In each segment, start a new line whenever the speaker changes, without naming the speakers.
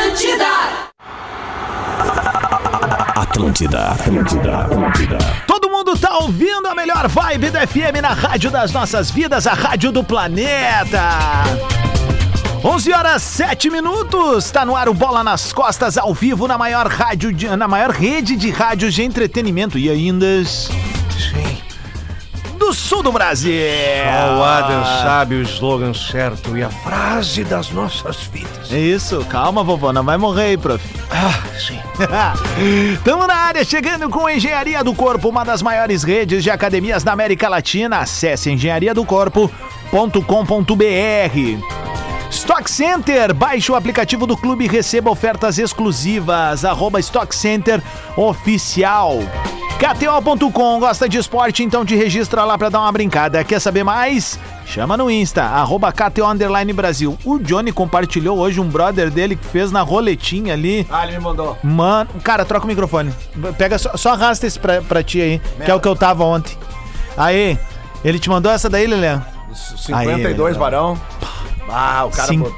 Atlântida!
Atlântida, Atlântida, Atlântida.
Todo mundo tá ouvindo a melhor vibe da FM na rádio das nossas vidas, a rádio do planeta. 11 horas 7 minutos, tá no ar o Bola nas Costas ao vivo na maior rádio de- na maior rede de rádios de entretenimento e ainda do sul do Brasil.
O Adam sabe o slogan certo e a frase das nossas vidas.
É isso, calma, vovó, não vai morrer aí, prof.
Ah, sim.
Tamo na área, chegando com Engenharia do Corpo, uma das maiores redes de academias da América Latina. Acesse engenhariadocorpo.com.br. Stock Center, baixe o aplicativo do clube e receba ofertas exclusivas. Arroba Stock Center Oficial. KTO.com, gosta de esporte, então te registra lá pra dar uma brincada. Quer saber mais? Chama no Insta, arroba KTO Underline Brasil. O Johnny compartilhou hoje um brother dele que fez na roletinha ali.
Ah, ele me mandou.
Mano, cara, troca o microfone. Pega só, só arrasta esse pra, pra ti aí, que é o que eu tava ontem. Aí, ele te mandou essa daí, Lelê? Aí,
52,
meu
varão. Ah, o cara botou.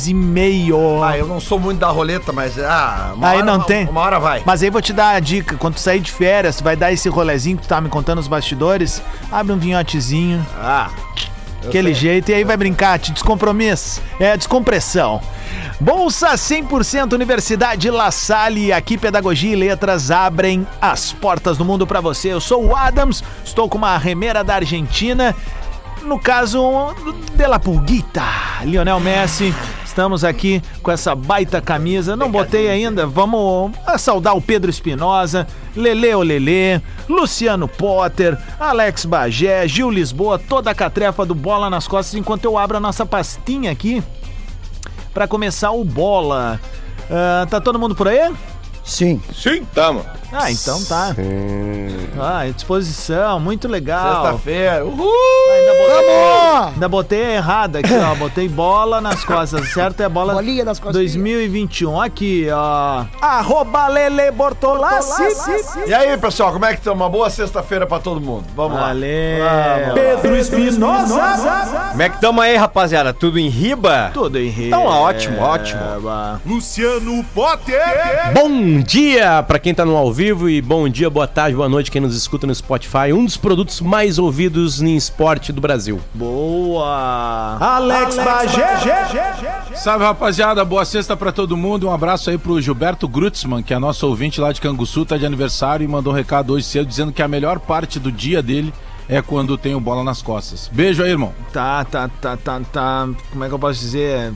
52,5.
Ah, eu não sou muito da roleta, mas ah, uma
Aí
hora,
não
uma-
tem.
Uma hora vai.
Mas aí vou te dar a dica: quando tu sair de férias, tu vai dar esse rolezinho que tu tá me contando nos bastidores, abre um vinhotezinho,
Ah,
aquele jeito, e aí vai brincar, te descompromisso. É, descompressão. Bolsa 100% Universidade La Salle, aqui Pedagogia e Letras abrem as portas do mundo pra você. Eu sou o Adams, estou com uma remeira da Argentina, no caso, um de La Pulguita, Lionel Messi. Estamos aqui com essa baita camisa. Não botei ainda. Vamos saudar o Pedro Espinosa, Lele Olelê, Luciano Potter, Alex Bagé, Gil Lisboa, toda a catrefa do Bola nas costas, enquanto eu abro a nossa pastinha aqui para começar o Bola. Ah, tá todo mundo por aí?
Sim.
Sim, tamo.
Ah, então tá. Ah, à disposição, muito legal.
sexta-feira. Uhul!
Ainda botei, ainda botei errado aqui, ó. Botei bola nas costas, certo? É bola
Bolinha nas costas.
2021. Aqui, ó. Arroba Lele Bortolassi.
E aí, pessoal, como é que tá? Uma boa sexta-feira pra todo mundo. Vamos lá.
Valeu.
Vamos lá.
Como é que tamo aí, rapaziada? Tudo em riba?
Tudo em rede.
Então, ótimo, ótimo.
Eba.
Luciano Potter.
Bom dia pra quem tá no ao vivo e bom dia, boa tarde, boa noite quem nos escuta no Spotify, um dos produtos mais ouvidos em esporte do Brasil.
Boa.
Alex Bagé.
Salve, rapaziada. Boa sexta pra todo mundo. Um abraço aí pro Gilberto Grutzmann, que é nosso ouvinte lá de Canguçu, tá de aniversário e mandou um recado hoje cedo dizendo que a melhor parte do dia dele é quando tem o bola nas costas. Beijo aí, irmão.
Tá, tá, tá, tá, tá. Como é que eu posso dizer?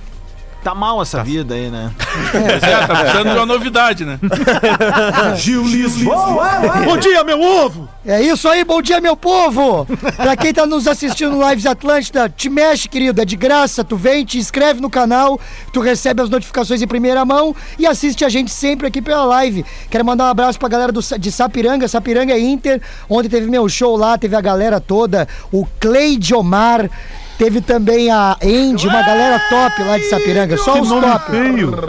Tá mal essa vida aí, né?
Pois é, tá precisando de uma novidade, né? Gil Lisboa.
Bom dia, meu ovo!
É isso aí, bom dia, meu povo! pra quem tá nos assistindo no Lives Atlântida, te mexe, querido, é de graça. Tu vem, te inscreve no canal, tu recebe as notificações em primeira mão e assiste a gente sempre aqui pela live. Quero mandar um abraço pra galera do Sa- de Sapiranga, Sapiranga é Inter. Ontem teve meu show lá, teve a galera toda, o Cleide Omar. Teve também a Andy, uma galera top lá de Sapiranga.
Tá um
Só os top.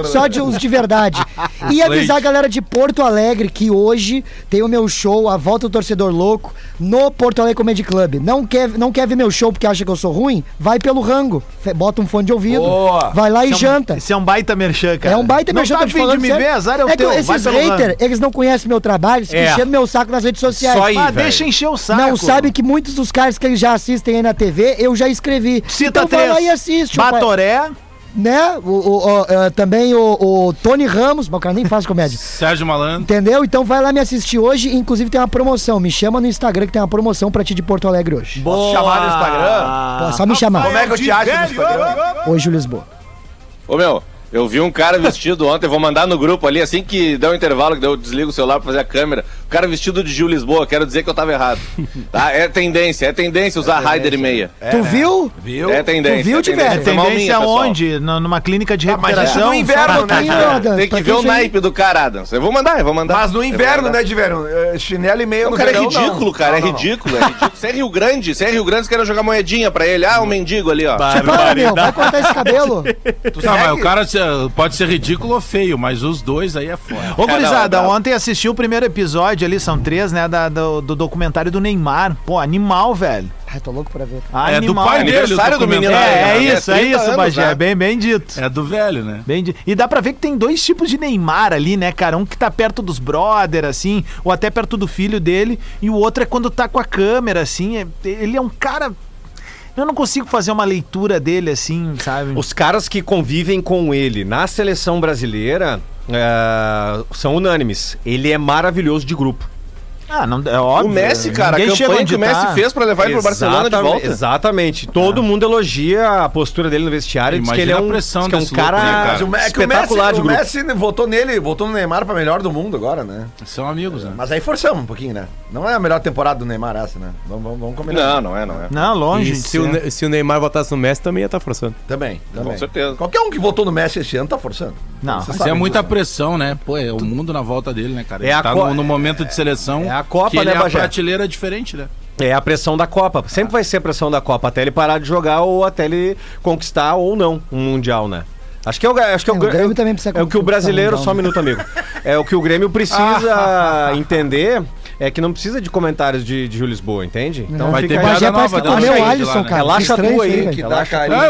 Só de uns de verdade. E avisar a galera de Porto Alegre que hoje tem o meu show, a volta do torcedor louco, no Porto Alegre Comedy Club. Não quer, não quer ver meu show porque acha que eu sou ruim? Vai pelo rango. Fe- Bota um fone de ouvido.
Boa.
Vai lá e janta.
Esse é um baita merchan, cara.
É um baita
Não
merchan,
tá
tô te
afim de
falando
me
sério.
ver, azar é o
que
teu. vai
esses
pelo ramo.
haters, eles não conhecem meu trabalho, eles
É.
ficam enchendo meu saco nas redes sociais.
Só aí,
Ah,
velho.
deixa encher o saco.
Não sabe que muitos dos caras que eles já assistem aí na TV, eu já escrevi.
Cita
então
três.
vai lá e assiste. ô pai.
Batoré.
né? O, o- o- eh, também o, o Tony Ramos, mas o cara nem faz comédia.
Sérgio Malandro.
Entendeu? Então vai lá me assistir hoje. Inclusive tem uma promoção. Me chama no Instagram que tem uma promoção pra ti de Porto Alegre hoje.
Posso chamar no Instagram?
Pô, só me chamar.
Como é que eu te acho no Instagram?
Hoje, Lisboa.
Ô meu, eu vi um cara vestido ontem, vou mandar no grupo ali, assim que der o intervalo, que daí eu desligo o celular pra fazer a câmera. O cara vestido de Gil Lisboa, quero dizer que eu tava errado. Tá? É tendência, é tendência usar Raider e meia.
É, né?
tu viu?
É, né? Viu?
é tendência.
Tu viu,
é
Diverto?
Foi mal minha,
Tendência
pessoal. É.
aonde? Na- Numa clínica de
mas isso
recuperação?
no inverno,
Sabe?
né?
Quem,
cara?
Adams?
Tem
Pra
que ver o
isso aí?
naipe do cara, Adams. Eu vou mandar, eu vou mandar.
Mas no
Eu vou
inverno,
mandar.
né, de verão? eh, Chinelo e meio
O
no
cara é
verão, não.
ridículo, cara,
Não,
é
não, não.
ridículo, é ridículo. Você é Rio Grande, você é Rio Grande, você quer jogar moedinha pra ele. Ah, um mendigo ali, ó. Tipo,
Para, meu. Vai cortar esse cabelo.
Tu
Tá,
segue?
mas o cara se- pode ser ridículo ou feio, mas os dois aí é foda.
Ô,
É,
gurizada,
não, não.
ontem assisti o primeiro episódio ali, são três, né, da- do, do documentário do Neymar. Pô, animal, velho.
Ai, tô louco pra ver. cara.
É do
Animal.
pai dele,
Aniversário
o
do menino,
documentário.
É, é
É,
isso, é
30
isso,
anos,
Bagé.
né?
Bem, bem dito.
É do velho, né?
Bem dito. E dá pra ver que tem dois tipos de Neymar ali, né, cara? Um que tá perto dos brother, assim, ou até perto do filho dele, e o outro é quando tá com a câmera, assim. é- ele é um cara. Eu não consigo fazer uma leitura dele, assim, sabe?
Os caras que convivem com ele na seleção brasileira é, são unânimes. Ele é maravilhoso de grupo.
Ah, não, é óbvio.
O Messi, cara, a
Ninguém chega
campanha
onde
que o Messi
tá.
fez pra levar ele pro Barcelona de
Exatamente-
volta.
Exatamente. Todo mundo elogia a postura dele no vestiário. Diz que
É. Imagina
ele é
a
um,
pressão
diz que é um
desse louco,
cara,
né, cara?
Mas o, é que o Messi,
espetacular de
o
grupo.
Messi votou nele, votou no Neymar pra melhor do mundo agora, né?
Tá.
São amigos, né?
Mas aí forçamos um pouquinho, né? Não é a melhor temporada do Neymar essa, né? Vamos, vamos, vamos combinar.
Não, não é, não é.
Não, longe.
E
de
se o,
ser.
Ne- se o Neymar votasse no Messi, também ia estar forçando.
Também, também.
Com certeza.
Qualquer um que votou no Messi esse ano tá forçando.
Não,
Vocês
mas
Mas é
sabem
muita
disso, né?
pressão, né? Pô, é o mundo na volta dele, né, cara?
É
Ele
a
tá
co-
no, no momento de seleção.
é a Copa,
que ele
né,
é a
Bagé?
prateleira diferente, né?
É a pressão da Copa. Sempre
Ah.
vai ser a pressão da Copa, até ele parar de jogar ou até ele conquistar ou não um Mundial, né? Acho que é o, ga- acho que é o,
É, o
gra-
Grêmio também precisa
é o que o
conquistar
brasileiro,
um Mundial,
só um minuto, amigo. É o que o Grêmio precisa entender é que não precisa de comentários de, de Gil Lisboa, entende? Então
Vai ter
fica aí.
Mas
piada
já parece
nova
que
dela,
comeu
né?
o
Lá,
Alisson,
né?
cara.
Relaxa
Que estranho
tu
isso
aí,
velho.
Que dá
Tá
Ah, eu,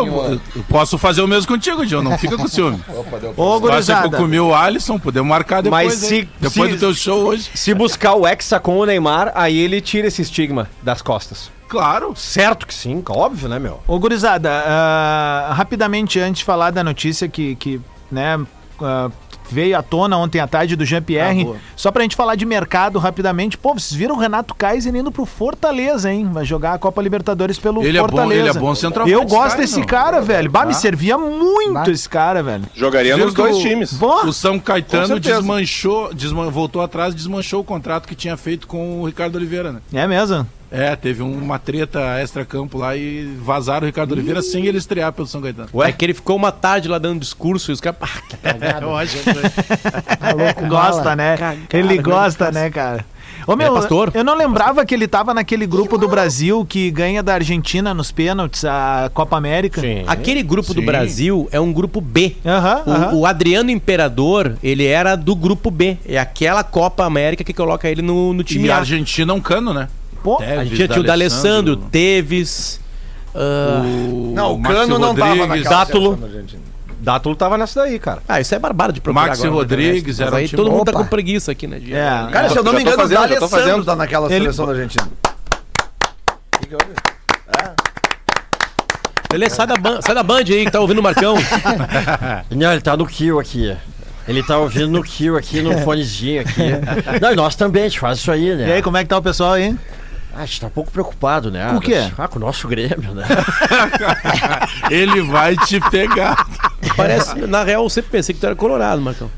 carinho. ó.
eu posso fazer o mesmo contigo, John. Não fica com ciúme.
Opa, deu-
Ô,
Mas se eu
gurizada.
comi o Alisson, podemos marcar depois.
Mas se-
hein? depois
se-
do teu show hoje.
Se buscar o Hexa com o Neymar, aí ele tira esse estigma das costas.
Claro.
Certo que sim, óbvio, né, meu?
Ô, gurizada, ah, rapidamente antes de falar da notícia que, que né, ah, veio à tona ontem à tarde do
Ah,
Jean-Pierre, só pra gente falar de mercado rapidamente. Pô, vocês viram o Renato Kaiser indo pro Fortaleza, hein? Vai jogar a Copa Libertadores pelo
Ele é bom-
Fortaleza.
ele é bom centroavante,
Eu gosto
cara,
desse
não.
cara, velho. Bah, me
Tá.
servia muito esse cara, velho.
Jogaria
Viu
nos
que
dois
o-
times.
Pô,
O São
Com
Caetano
certeza.
desmanchou, desman- voltou atrás, desmanchou o contrato que tinha feito com o Ricardo Oliveira, né?
é mesmo?
É, teve uma treta extra-campo lá e vazaram o Ricardo Oliveira sem ele estrear pelo São Caetano.
Ué? É que ele ficou uma tarde lá dando discurso e os caras. Ah, que
Eu acho que foi.
Tá
É,
louco,
Gosta,
mala.
né? ele gosta, né, cara? Ô, meu,
é pastor.
eu não lembrava que ele tava naquele grupo do Brasil que ganha da Argentina nos pênaltis a Copa América. Sim.
Aquele grupo do
Sim.
Brasil é um grupo B.
Aham,
O-
aham.
o, Adriano Imperador, ele era do grupo B. É aquela Copa América que coloca ele no, no time
E a
A.
Argentina é um cano, né?
Pô,
A gente tinha o D'Alessandro, Teves. ah,
Não, o
Maxi
Cano não tava
Rodrigues,
naquela
Dátulo.
seleção da Argentina.
Dátulo tava nessa daí, cara.
Ah, isso é barbado de procurar
Maxi
agora na
Rodrigues
internet,
era
mas aí
um time
todo
bom.
mundo tá com
Opa.
preguiça aqui, né? de-
É.
Cara, se eu não
Já
me
tô
engano, o
fazendo, já tô
D'Alessandro
fazendo.
tá naquela
Ele-
seleção da Argentina.
Ele sai da, ban- sai da Band aí, que tá ouvindo o Marcão.
Não, ele tá no Kill aqui. Ele tá ouvindo no Kill aqui, no fonezinho aqui. Não, e nós também, a gente faz isso aí, né?
E aí, como é que tá o pessoal aí?
Ah, a gente tá um pouco preocupado, né?
Com o quê?
Ah, com o nosso Grêmio, né?
Ele vai te pegar.
Parece, na real, eu sempre pensei que tu era colorado, Marcão.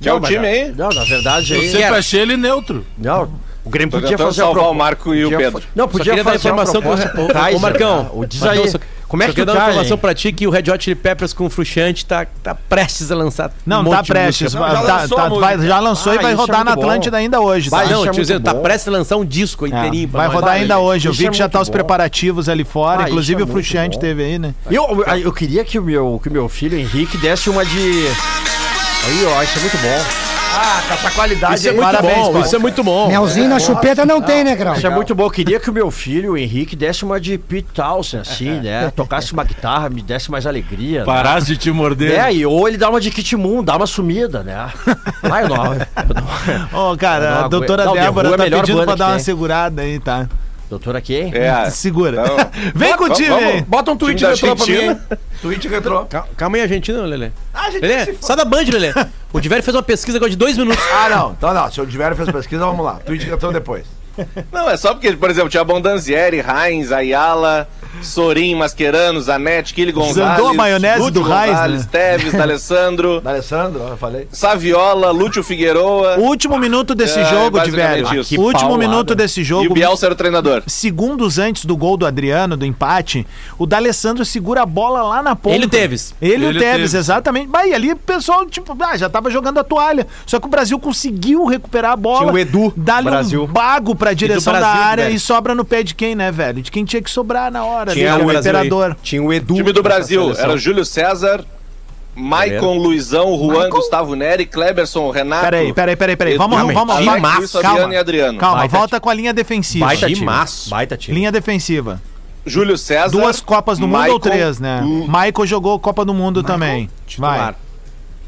Que é o time aí.
Não, Um na verdade,
Eu
aí...
sempre achei ele neutro.
Não, o Grêmio
Tô
podia
tentando
fazer a
salvar
pro-
o Marco e o
podia
Pedro.
fa- Não,
Só
podia
queria dar
fazer uma
informação com
proposta pro
o
Kaiser,
Marcão.
né? O diz
Marcão,
aí,
só-
como é que
só
tu
queria dar uma
tá,
informação
hein?
pra ti que o Red Hot Chili Peppers com o Fruxante tá, tá prestes a lançar. um
Não,
monte
tá
de
prestes.
música.
mas
já
tá-
lançou
tá-
a música.
vai- já lançou e
Ah,
vai
isso é
rodar na
muito bom.
Atlântida ainda hoje.
Vai,
tá?
não,
isso é
tio Zé,
muito
tá
bom.
prestes a lançar um disco
É,
inteirinho. pra
vai
nós.
rodar ainda hoje. Eu
Isso
vi
é
que já
muito
tá os
bom.
preparativos ali fora.
Ah,
Inclusive
isso é
o Fruxante
muito bom.
teve aí, né?
Eu, eu queria que o, meu, que o meu filho Henrique desse uma de. Aí, ó, isso é muito bom.
Ah, com essa qualidade
Isso é
aí.
muito
Parabéns,
bom,
Paulo.
isso é muito bom.
Melzinho na chupeta não tem, né, Grau?
Isso é muito bom. Eu queria que o meu filho, o Henrique, desse uma de Pete Townsend, assim, né? Tocasse uma guitarra, me desse mais alegria. né?
Parasse de te morder.
É, e ou ele dá uma de Kit Moon, dá uma sumida, né? Vai, eu não. eu não-
Ô,
Eu não
cara, a
aguento.
doutora
Não, The Who
Débora
é a
tá
melhor
pedindo
banda
pra
que
dar uma
tem.
segurada aí, tá?
Doutora quem?
É.
Segura.
Então,
Vem com o time
vamos-
aí.
Bota um tweet
da
retrô pra mim.
Argentina.
hein? Tweet retrô.
Cal- Calma aí, Argentina, Lelê.
Ah, gente, se
Lelê,
f-
sai da Band, Lelê. O Diverio fez uma pesquisa agora de dois minutos.
Ah, não. Então, não. Se eu tiver fez pesquisa, vamos lá. Tweet retrô depois.
Não, é só porque, por exemplo, tinha Bondanzieri, Heinz, Ayala, Sorin, Mascherano, Zanetti, Kili Gonzalez.
Zandou a maionese
Lúcio
do Heinz,
Gonzalez,
né?
Teves, D'Alessandro,
D'Alessandro, eu falei.
Saviola, Lúcio Figueroa.
Último minuto desse
É,
jogo,
basicamente
Diverio.
isso.
Último
paulada.
minuto desse
E o
jogo.
Bielsa era o treinador.
Segundos antes do gol do Adriano, do empate, o D'Alessandro segura a bola lá na ponta.
Ele e o Tevez.
Ele e o
Ele e o
Tevez,
Tevez.
exatamente. Mas e ali o pessoal, tipo, ah, já tava jogando a toalha. Só que o Brasil conseguiu recuperar a bola.
Tinha o Edu,
Dá-lhe um
Brasil.
bago pra direção da
Brasil,
área
velho.
e sobra no pé de quem, né, velho? De quem tinha que sobrar na hora.
Tinha
ali,
o
né,
Brasil
imperador.
Tinha o Edu.
Time do Brasil
nessa
era
seleção.
Júlio César, Maicon, Luizão, Juan, Gustavo Neri, Cleberson, Renato.
Peraí, peraí, peraí, peraí. Vamos,
Edu,
vamos, vamos.
Ataque,
Calma,
Luiz Fabiano e Adriano.
calma
Baita
volta com a linha defensiva.
Baita time.
Timaço.
Baita time.
Linha defensiva.
Júlio César.
Duas Copas do Mundo
Maicon,
ou três, né?
Lu-
Michael jogou Copa do Mundo também. Vai.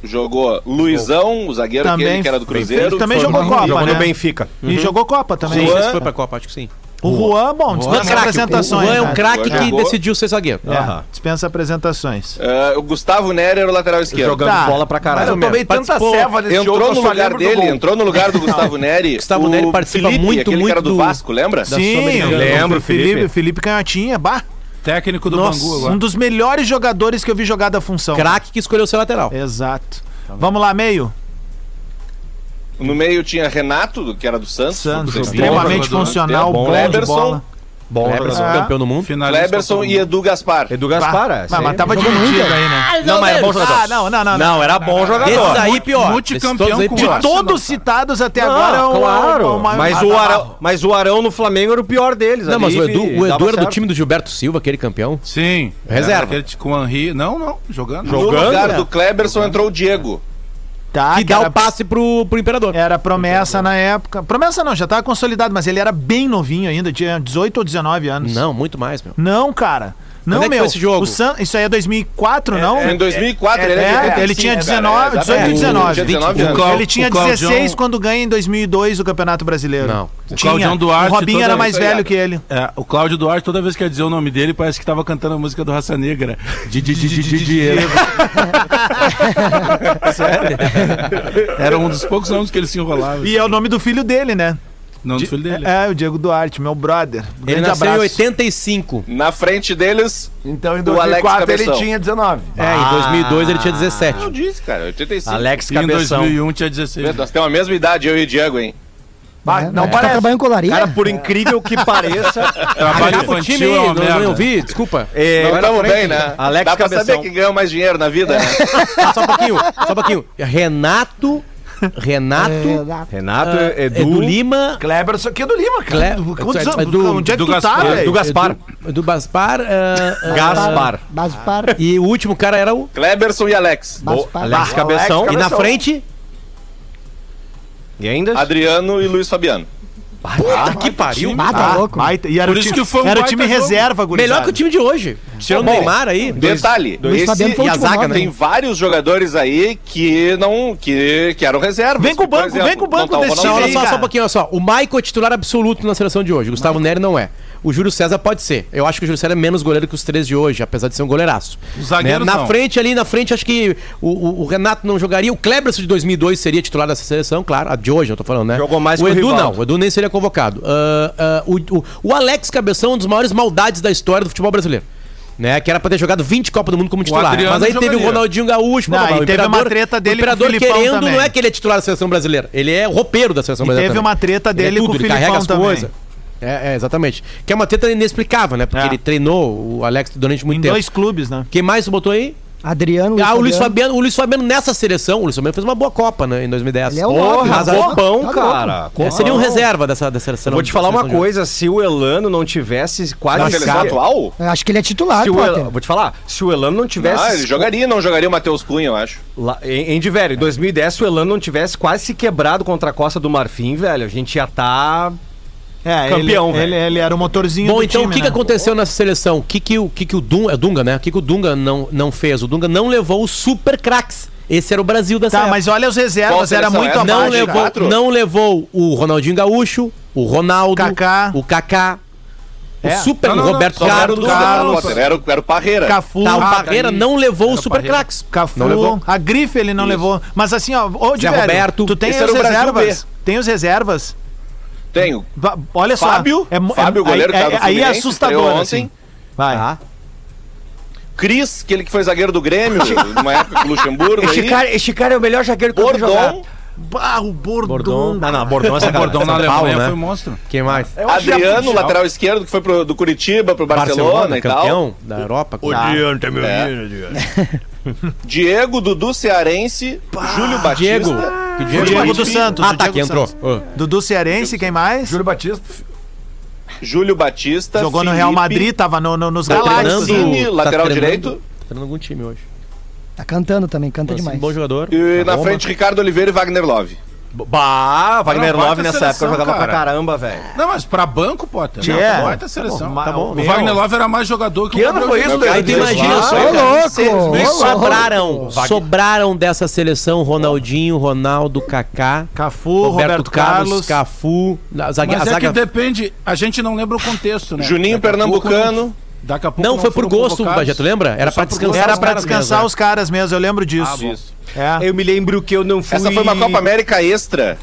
Jogou Luizão, o zagueiro
Também
aquele que era do
bem
Cruzeiro.
feito, também
foi
jogou
mal.
Copa,
Jogou
né?
no Benfica.
E jogou Copa também.
Não sei se
Juan-
foi pra Copa, acho que sim.
O Juan, bom,
Juan é
dispensa
craque. O
apresentações.
Juan é um
né?
craque que
Jogou.
decidiu ser zagueiro.
É,
Aham.
dispensa apresentações.
Eh, o Gustavo Nery era o lateral esquerdo.
Jogando
Ah,
Tá.
bola pra
Mas
caralho.
eu tomei tanta
Participou.
ceva nesse jogo.
Entrou
eu
no
só
lugar
lembro do
dele,
gol.
entravo entrou no lugar do Gustavo Neri.
Gustavo Neri participa
Felipe,
muito,
aquele
muito
que era do,
do-
Vasco, lembra?
Da Sul-Americana.
Lembro,
o Felipe,
Felipe.
Felipe Canhotinha, bah.
Técnico do Bangu
Um
agora.
dos melhores jogadores que eu vi jogar da função.
Craque que escolheu ser lateral.
É Exato. Vamos lá, meio.
No meio tinha Renato, que era do Santos.
Santos,
Vocês
bom
extremamente
jogador.
funcional,
Tem
bom,
a
de
Cleberson.
bola.
Bom,
Cleberson,
Ah.
campeão do mundo.
lembram?
Finalista
Cleberson
Copa do
e Edu Gaspar.
Edu
Bah,
Gaspar,
bah,
essa aí.
mas tava dividido aí, né?
Não, mas era bom jogador.
Ah, não, não, não. não.
Não, era bom
Esses
jogador.
aí pior.
Multicampeão
Esses todos aí
com
pior.
o Arsenal.
Todos citados até
Não,
agora. é o-
claro.
é o maior-
mas,
Ah,
o
tá
Arão,
bom.
mas o Arão no Flamengo era o pior deles.
Não,
ali,
mas o Edu,
e
o
dava
Edu era do
certo.
time do Gilberto Silva, aquele campeão.
Sim.
Reserva.
Era Aquele de- com o Henry. Não, não. Jogando.
No
Jogando,
lugar
né?
do Cleberson entrou o Diego.
Tá,
que
que
dá
era-
o passe pro, pro Imperador.
Era promessa na época. Promessa não, já tava consolidado, mas ele era bem novinho ainda, tinha 18 ou 19 anos.
Não, muito mais, meu.
Não, cara. Não,
Quando é que
meu.
foi esse jogo?
O San... Isso aí é 2004, não?
Em 2004 ele
É,
era é, de
ele
85,
tinha
cara,
19, 18 e
exatamente.
19.
Tinha 19
O
anos.
Clau-
Ele tinha
o Claudião-
16 quando ganha em 2002 o Campeonato Brasileiro.
Não.
O tinha.
Claudião Duarte
O Robinho
toda
era mais
isso aí,
velho
né?
que ele.
É, o Cláudio Duarte, toda vez que ia dizer o nome dele, parece que tava cantando a música do Raça Negra. De de de de de Diego. Sério. Era um dos poucos nomes que ele se enrolava.
E é o nome do filho dele, né?
Não do filho dele.
É, o Diego Duarte, meu brother. Um
Ele
grande
nasceu
abraço.
em 85.
Na frente deles,
Então em
Do Alex
2004 ele
Cabeção.
tinha 19.
É, em 2002 ele tinha 17.
é, eu disse, cara, 85.
Alex
E em
Cabeção.
2001 tinha 16.
Nós temos a mesma idade, eu e o Diego, hein?
Mas
É,
não
tu Tá
parece.
trabalhando em colaria?
Cara,
é.
por incrível que pareça,
Trabalho
Acaba o time
infantil
aí,
é
não,
uma
não
merda.
ouvi, desculpa.
é,
Nós
era
estamos
frente-
bem, né?
Alex
Dá pra
Cabeção.
saber que ganhou mais dinheiro na vida, né?
Ah, Só um pouquinho, só um pouquinho. Renato,
É,
Renato,
Renato,
ah,
Edu,
Edu, Lima,
Cleberson aqui é do Lima, cara.
Cle...
Quantos anos-
é do,
Onde é que
do
tu tá,
Gaspar.
velho?
Edu Gaspar.
Edu, Edu Gaspar. ah, ah,
Gaspar.
Mas para.
E o último cara era o
Cleberson e Alex.
Mas para.
Alex Cabeção.
Alex
E na
Cabeção.
frente?
E ainda?
Adriano e Luiz Fabiano.
Puta que pariu.
Ah, tá louco.
Baita- E era
Por
o
isso
time,
que foi um
era o
baita
time
jogo.
reserva, gurizada.
Melhor que o time de hoje.
Tá
Tirando o Neymar aí.
um Detalhe,
Luiz Fabiano foi o
e a
último
zaga
nome,
tem
né?
vários jogadores aí que não que, que eram reservas.
Vem com o
Por
banco, vem com o
não
banco
tá o
desse
Não,
Ronaldinho.
olha
Sim,
só,
cara.
só um pouquinho, olha só. O Michael é titular absoluto na seleção de hoje. O Gustavo Nery não é. O Júlio César pode ser. Eu acho que o Júlio César é menos goleiro que os três de hoje, apesar de ser um goleiraço. Né?
Os zagueiros
Na
não.
frente, ali na frente, acho que o, o- o Renato não jogaria. O Kleberson de 2002 seria titular dessa seleção, claro. A de hoje, eu tô falando, né?
Jogou mais
o
que o
Edu
Rivaldo.
não. O Edu nem seria convocado. Ah, ah, o, o- o Alex Cabeção é um dos maiores maldades da história do futebol brasileiro. Né, que era pra ter jogado 20 Copa do Mundo como titular.
Adriano
Mas aí teve o
jogaria.
Ronaldinho Gaúcho,
Não,
blá, blá, blá.
e
O
teve uma
Imperador-
treta dele
o
com o
Imperador
Filipão
querendo, não é
também.
que ele é titular da seleção brasileira. Ele é roupeiro da
E
seleção brasileira.
teve
também.
uma treta
Ele é
dele
tudo,
com o
ele carrega
Filipão
as
também.
coisas. É, é, exatamente. Que é uma treta inexplicável, né? Porque
É.
ele treinou o Alex durante muito
Em
tempo.
dois clubes, né?
Quem mais tu botou aí?
Adriano.
ah, o
Fabiano.
Luiz Fabiano. O Luiz Fabiano nessa seleção, o Luiz Fabiano fez uma boa Copa, né? Em 2010.
Ele é um nove,
Mas
né?
a-
Copão,
Tá louco.
cara.
é, seria um reserva dessa, dessa seleção.
Vou te falar
dessa
uma
seleção de hoje.
coisa, se o Elano não tivesse quase...
Na seleção
cara,
atual?
Eu Acho que ele é titular,
se o
Potter.
Elano- Vou te falar, se o Elano não tivesse...
Ah, ele jogaria, não jogaria o Matheus Cunha, eu acho.
Lá, em, em de velho, em 2010, se o Elano não tivesse quase se quebrado contra a Costa do Marfim, velho, a gente ia tá...
É,
Campeão,
ele,
velho.
ele, ele era o motorzinho
Bom,
do
então
time,
o que,
né?
que aconteceu nessa seleção? O que, que, o, que, que o Dunga, é Dunga, né? O que, que o Dunga não, não fez? O Dunga não levou os super craques. Esse era o Brasil dessa
Tá,
época.
mas olha os
Qual
reservas, era
seleção?
muito
Essa?
não
Tomate,
abaixo.
levou,
cara.
quatro?
não levou o Ronaldinho Gaúcho, o Ronaldo,
Kaká.
o Kaká,
É.
o super
Não, não, não,
Roberto
Só não era o
Carlos,
Dunga, né,
Carlos.
Potter? Era, o- era o Parreira.
Cafu,
tá, o
ah,
Parreira não levou os super craques.
Cafu,
Não levou.
a grife ele não levou. Mas assim, ó, ô, de
Zé
velho,
Roberto.
tu tem
Esse
os
era o Brasil
reservas? Tem os reservas?
Tenho.
Va- Olha só.
Fábio,
É mo-
Fábio, goleiro que
aí,
tá no
é, aí é
Fluminense,
assustador,
estreou
assim.
ontem.
Vai.
Cris, aquele que foi zagueiro do Grêmio, numa época com o Luxemburgo. aí.
este cara é o melhor jaqueiro que
Bordon,
Bah, o Bordon.
Ah, não, Bordon é
O
sacanagem.
Bordão na
Essa é
Alemanha
pau, né?
foi um monstro.
Quem mais?
É Adriano, lateral esquerdo, que foi pro, do Curitiba pro Barcelona, e tal.
campeão da Europa. Ah,
Adianta, meu
É.
menino, adianta.
Diego, Dudu Cearense, Júlio Batista.
Diego. Que
O Diego
Diego.
Diego
do Santos.
Ah,
o
tá,
Diego
que
do
entrou.
Santos.
Oh.
Dudu Cearense, quem mais?
Júlio Batista.
Júlio Batista.
Jogou no
Felipe,
Real Madrid, tava no, no- nos
Tá
Galácticos.
treinando-
Cine,
tá
lateral
treinando-
direito.
Tá treinando algum time hoje.
Tá cantando também, canta
Mas,
demais.
Bom jogador.
E
Tá
na
bom,
frente, Ricardo Oliveira e Wagner Love.
mas-
Bah, Wagner
Era uma
Love
baita
nessa
seleção,
época jogava pra
cara.
caramba, velho.
Não, mas pra banco, Potter.
Tchê.
Não, baita seleção.
Tá bom,
O
meu.
Wagner Love era mais jogador que,
Que
o
ano foi isso,
Gabriel
Aí tu
Jesus.
imagina só,
Ô,
cara.
louco,
Vocês
ô,
me
louco.
sobraram, sobraram dessa seleção Ronaldinho, Ronaldo, Kaká,
Cafu,
Roberto, Carlos, Cafu, a zaga,
Mas
a
é que
zaga-
depende, a gente não lembra o contexto, né?
Juninho
Daqui a pouco
Pernambucano.
não- Daqui a pouco
Não, foi por
foram
gosto,
convocados.
Bagé, tu lembra? Era
só
pra
por gosto.
descansar
Era
os
pra
caras
descansar
mesmo,
os caras mesmo, eu lembro
Tá
Ah,
disso.
bom.
é.
Eu me lembro que eu não fui.
Essa foi uma Copa América extra.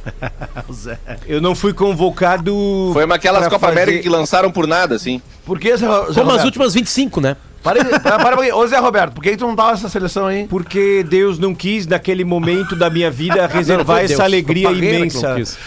Eu não fui convocado.
Foi uma aquelas
pra
Copa
fazer-
América que lançaram por nada, assim.
Por que, Zé, Ro- Zé
Como as
Roberto?
últimas 25, né?
Para, aí- para, para, aí. Ô, Zé Roberto, por que que tu não tava nessa seleção aí?
Porque Deus não quis, naquele momento da minha vida,
Não, foi
reservar
Deus,
essa alegria
foi o Parreira que
imensa. É.
não quis.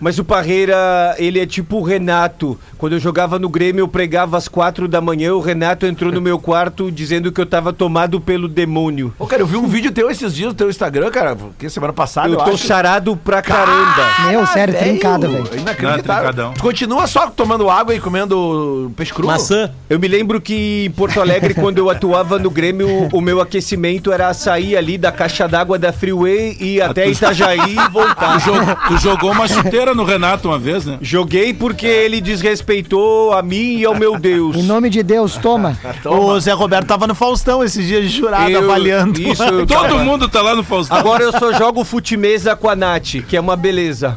Mas o Parreira, ele é tipo o Renato. Quando eu jogava no Grêmio, eu pregava às quatro da manhã, o Renato entrou no meu quarto dizendo que eu tava tomado pelo demônio.
Ô, cara, eu vi um vídeo teu esses dias no teu Instagram, cara, que semana passada,
Eu tô
acho. Ah,
sarado pra caramba.
Meu, sério, trincada, velho.
Não,
Inacreditável.
trincadão.
Tu continua só tomando água e comendo peixe cru?
Maçã.
Eu me lembro que em Porto Alegre, quando eu atuava no Grêmio, o meu aquecimento era sair ali da caixa d'água da Freeway e ir até Itajaí e voltar.
Tu, jog- tu jogou uma chuteira no Renato uma vez, né?
Joguei porque ele desrespeitou a mim e ao meu Deus.
Em nome de Deus, toma.
O Zé Roberto tava no Faustão esses dias de jurado,
Eu-
tá avaliando.
Isso, eu
Todo
tava-
mundo tá lá no Faustão.
Ah,
Agora eu só jogo futimesa com a Nath, que é uma beleza.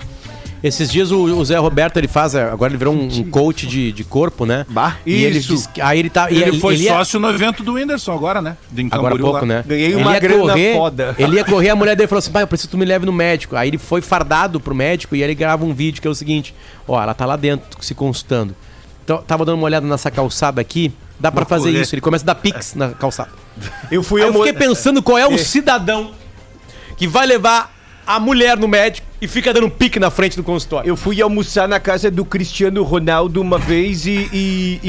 Esses dias o, o Zé Roberto ele faz, é, agora ele virou um, um coach de, de corpo, né?
Bah,
E ele
isso.
diz que- aí ele tá. e
ele foi
é-
sócio no evento do Whindersson agora, né? De em
Agora há
Camboriú
pouco,
lá.
né?
Ganhei
Ele
uma
ia
grana
correr,
foda.
Ele ia correr, a mulher dele falou assim: pai, eu preciso que tu me leve no médico. Aí ele foi fardado pro médico e aí ele grava um vídeo que é o seguinte: ó, ela tá lá dentro se consultando. Então, tava dando uma olhada nessa calçada aqui, dá pra fazer isso. Ele começa a dar pix na calçada.
Eu fui
Aí eu
amo-
fiquei pensando qual é o cidadão que vai levar a mulher no médico e fica dando pique na frente do consultório.
Eu fui almoçar na casa do Cristiano Ronaldo uma vez e. e,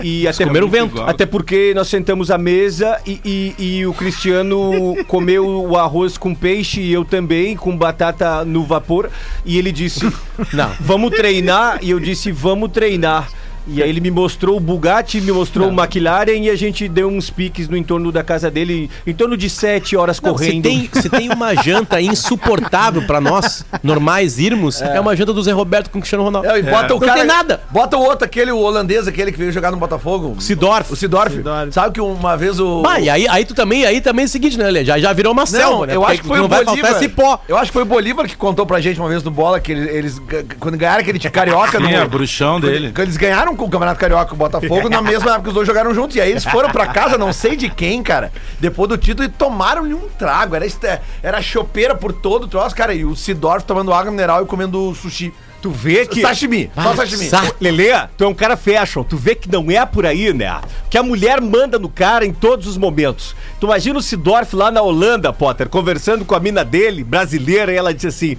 e, e até
comeram
porque-
vento.
Até porque nós sentamos à mesa e, e, e o Cristiano comeu o arroz com peixe e eu também, com batata no vapor. E ele disse:
Não.
Vamos treinar? E eu disse: Vamos treinar. E aí ele me mostrou o Bugatti, me mostrou o McLaren e a gente deu uns piques no entorno da casa dele, em torno de sete horas
Não, se,
correndo.
tem, se tem uma janta insuportável pra nós, normais, irmos, é. uma janta do Zé Roberto com o Cristiano Ronaldo.
É, e bota o
Não
cara,
tem nada.
Bota o outro, aquele o holandês, aquele que veio jogar no Botafogo. O
Sidorf.
O Sidorf. Sabe que uma vez o.
Bah, e aí, aí tu também, aí também é o seguinte, né, Lê? Já, já virou uma
Não,
selva, né?
eu
Porque
acho que foi um
não
o
vai
Bolívar.
faltar esse pó.
Eu acho que foi o Bolívar que contou pra gente uma vez no bola que ele- eles, ga- quando ganharam aquele de carioca
Sim, é,
no.
bruxão dele.
Quando eles ganharam com o Campeonato Carioca e o Botafogo, na mesma época que os dois jogaram juntos. E aí eles foram pra casa, não sei de quem, cara, depois do título e tomaram-lhe um trago. Era, este- era chopeira por todo o troço, cara. E o Sidorf tomando água mineral e comendo sushi.
Tu vê que.
Sashimi, só sashimi.
saco.
Lele, tu é um cara fashion, tu vê que não é por aí, né? Que a mulher manda no cara em todos os momentos. Tu imagina o Sidorf lá na Holanda, Potter, conversando com a mina dele, brasileira, e ela disse assim: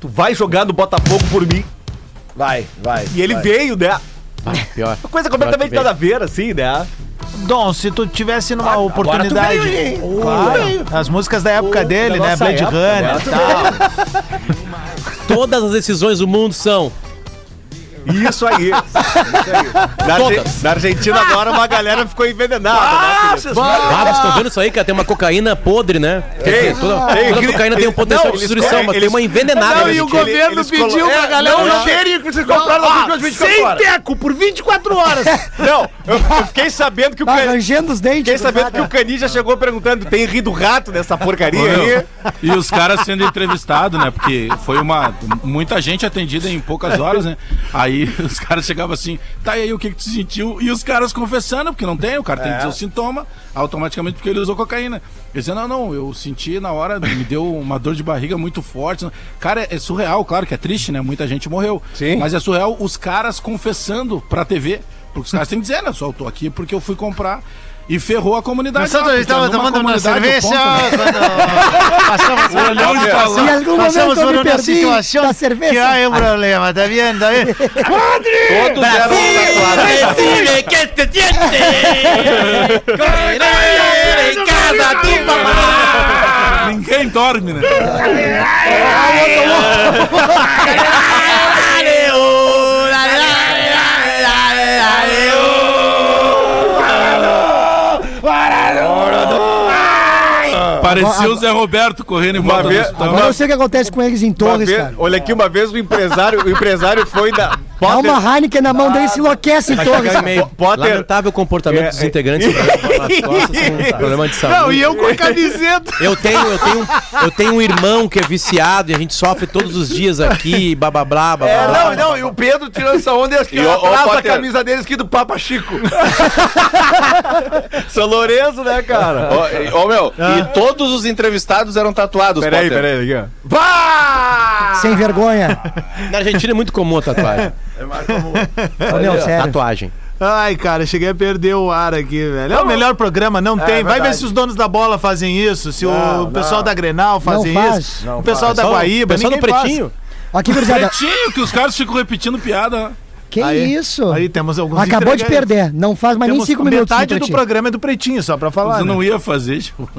Tu vai jogar no Botafogo por mim.
Vai, vai.
E ele
vai.
veio, né?
Ah,
Pior.
Uma coisa completamente
Pior que
nada a ver, assim, né?
Dom, se tu tivesse numa oportunidade.
veio, hein?
Claro. As músicas da época dele, né? Blade Runner e tal.
Todas as decisões do mundo são.
Isso aí. Na, Arge- na Argentina agora uma galera ficou envenenada. né, querido?
Ah, vocês estão vendo isso aí, cara? Tem uma cocaína podre, né? Tem, toda, toda cocaína tem um potencial de destruição, mas tem uma envenenada. né, gente?
governo pediu
É,
pra galera.
Não cheirem que vocês compraram no vídeo de 24 horas.
teco por 24 horas. Não, eu, eu fiquei sabendo que
Tá
o Cani,
Tá Arranjando os dentes.
fiquei
do
sabendo
nada.
que o Cani já chegou perguntando, tem rido rato nessa porcaria aí?
E os caras sendo entrevistados, né? Porque foi uma. Muita gente atendida em poucas horas, né? Aí os caras chegavam assim, tá e aí o que, que tu sentiu? E os caras confessando, porque não tem, o cara tem
É.
que dizer o sintoma, automaticamente porque ele usou cocaína. Ele dizia, não, não, eu senti na hora, me deu uma dor de barriga muito forte. Cara, é- é surreal, claro que é triste, né? Muita gente morreu.
Sim.
Mas é surreal os caras confessando pra TV. Porque os caras têm que dizer, né? Só eu tô aqui porque eu fui comprar. E ferrou a comunidade. lá, porque numa tá comunidade eu conto, né?
quando passamos por
Olhão de calor.
Em algum
Passamos
momento
por
eu me
uma
perdi
situação
da
que
cerveja.
há um problema, tá vendo? Tá vendo?
Todos eram tatuados.
Ninguém dorme, né? Parecia o
agora,
Zé Roberto correndo em
Uma
volta
Tá
vez-
do hospital.
agora eu sei o que acontece com eles em
Uma
Torres,
vez-
cara.
olha aqui, uma vez o empresário, o empresário foi da.
Dá
Potter-
uma Heineken na mão dele e se enlouquece
Tá
em Torres.
Chegar e-mail.
Po- Potter-
Lamentável comportamento
É,
dos integrantes do Bola nas Costas com é um problema de saúde.
Não, e eu com a camiseta.
Eu tenho, eu tenho, eu tenho um irmão que é viciado e a gente sofre todos os dias aqui, blá blá blá, blá,
É,
blá,
não,
blá.
não, e o Pedro tirando essa onda e as
E o- o
atrás da
Potter-
camisa deles que do Papa Chico.
São Lourenço, né, cara?
Ô, e- ô, meu,
Ah.
e todos os entrevistados eram tatuados,
Peraí,
Potter.
peraí, aqui, ó.
Sem vergonha.
Na Argentina é muito comum a tatuagem.
Ô, meu, sério.
Tatuagem.
Ai, cara, cheguei a perder o ar aqui, velho. É o melhor programa, não tem. Vai ver
verdade.
se os donos da bola fazem isso, se o
Não,
pessoal
não.
da Grenal fazem
faz.
isso,
Não
o pessoal
faz.
da
Só o
Guaíba,
pessoal do
ninguém faz.
Pretinho?
Aqui, gurizada.
Pretinho, que os caras ficam repetindo piada. né?
Que
Aí-
isso?
Aí temos alguns
Acabou de
entrega-
perder. Não faz mais nem
Temos
5 minutos.
metade
né,
do
Pretinho?
programa é do Pretinho, só pra falar.
Eu
Né?
não ia fazer, tipo.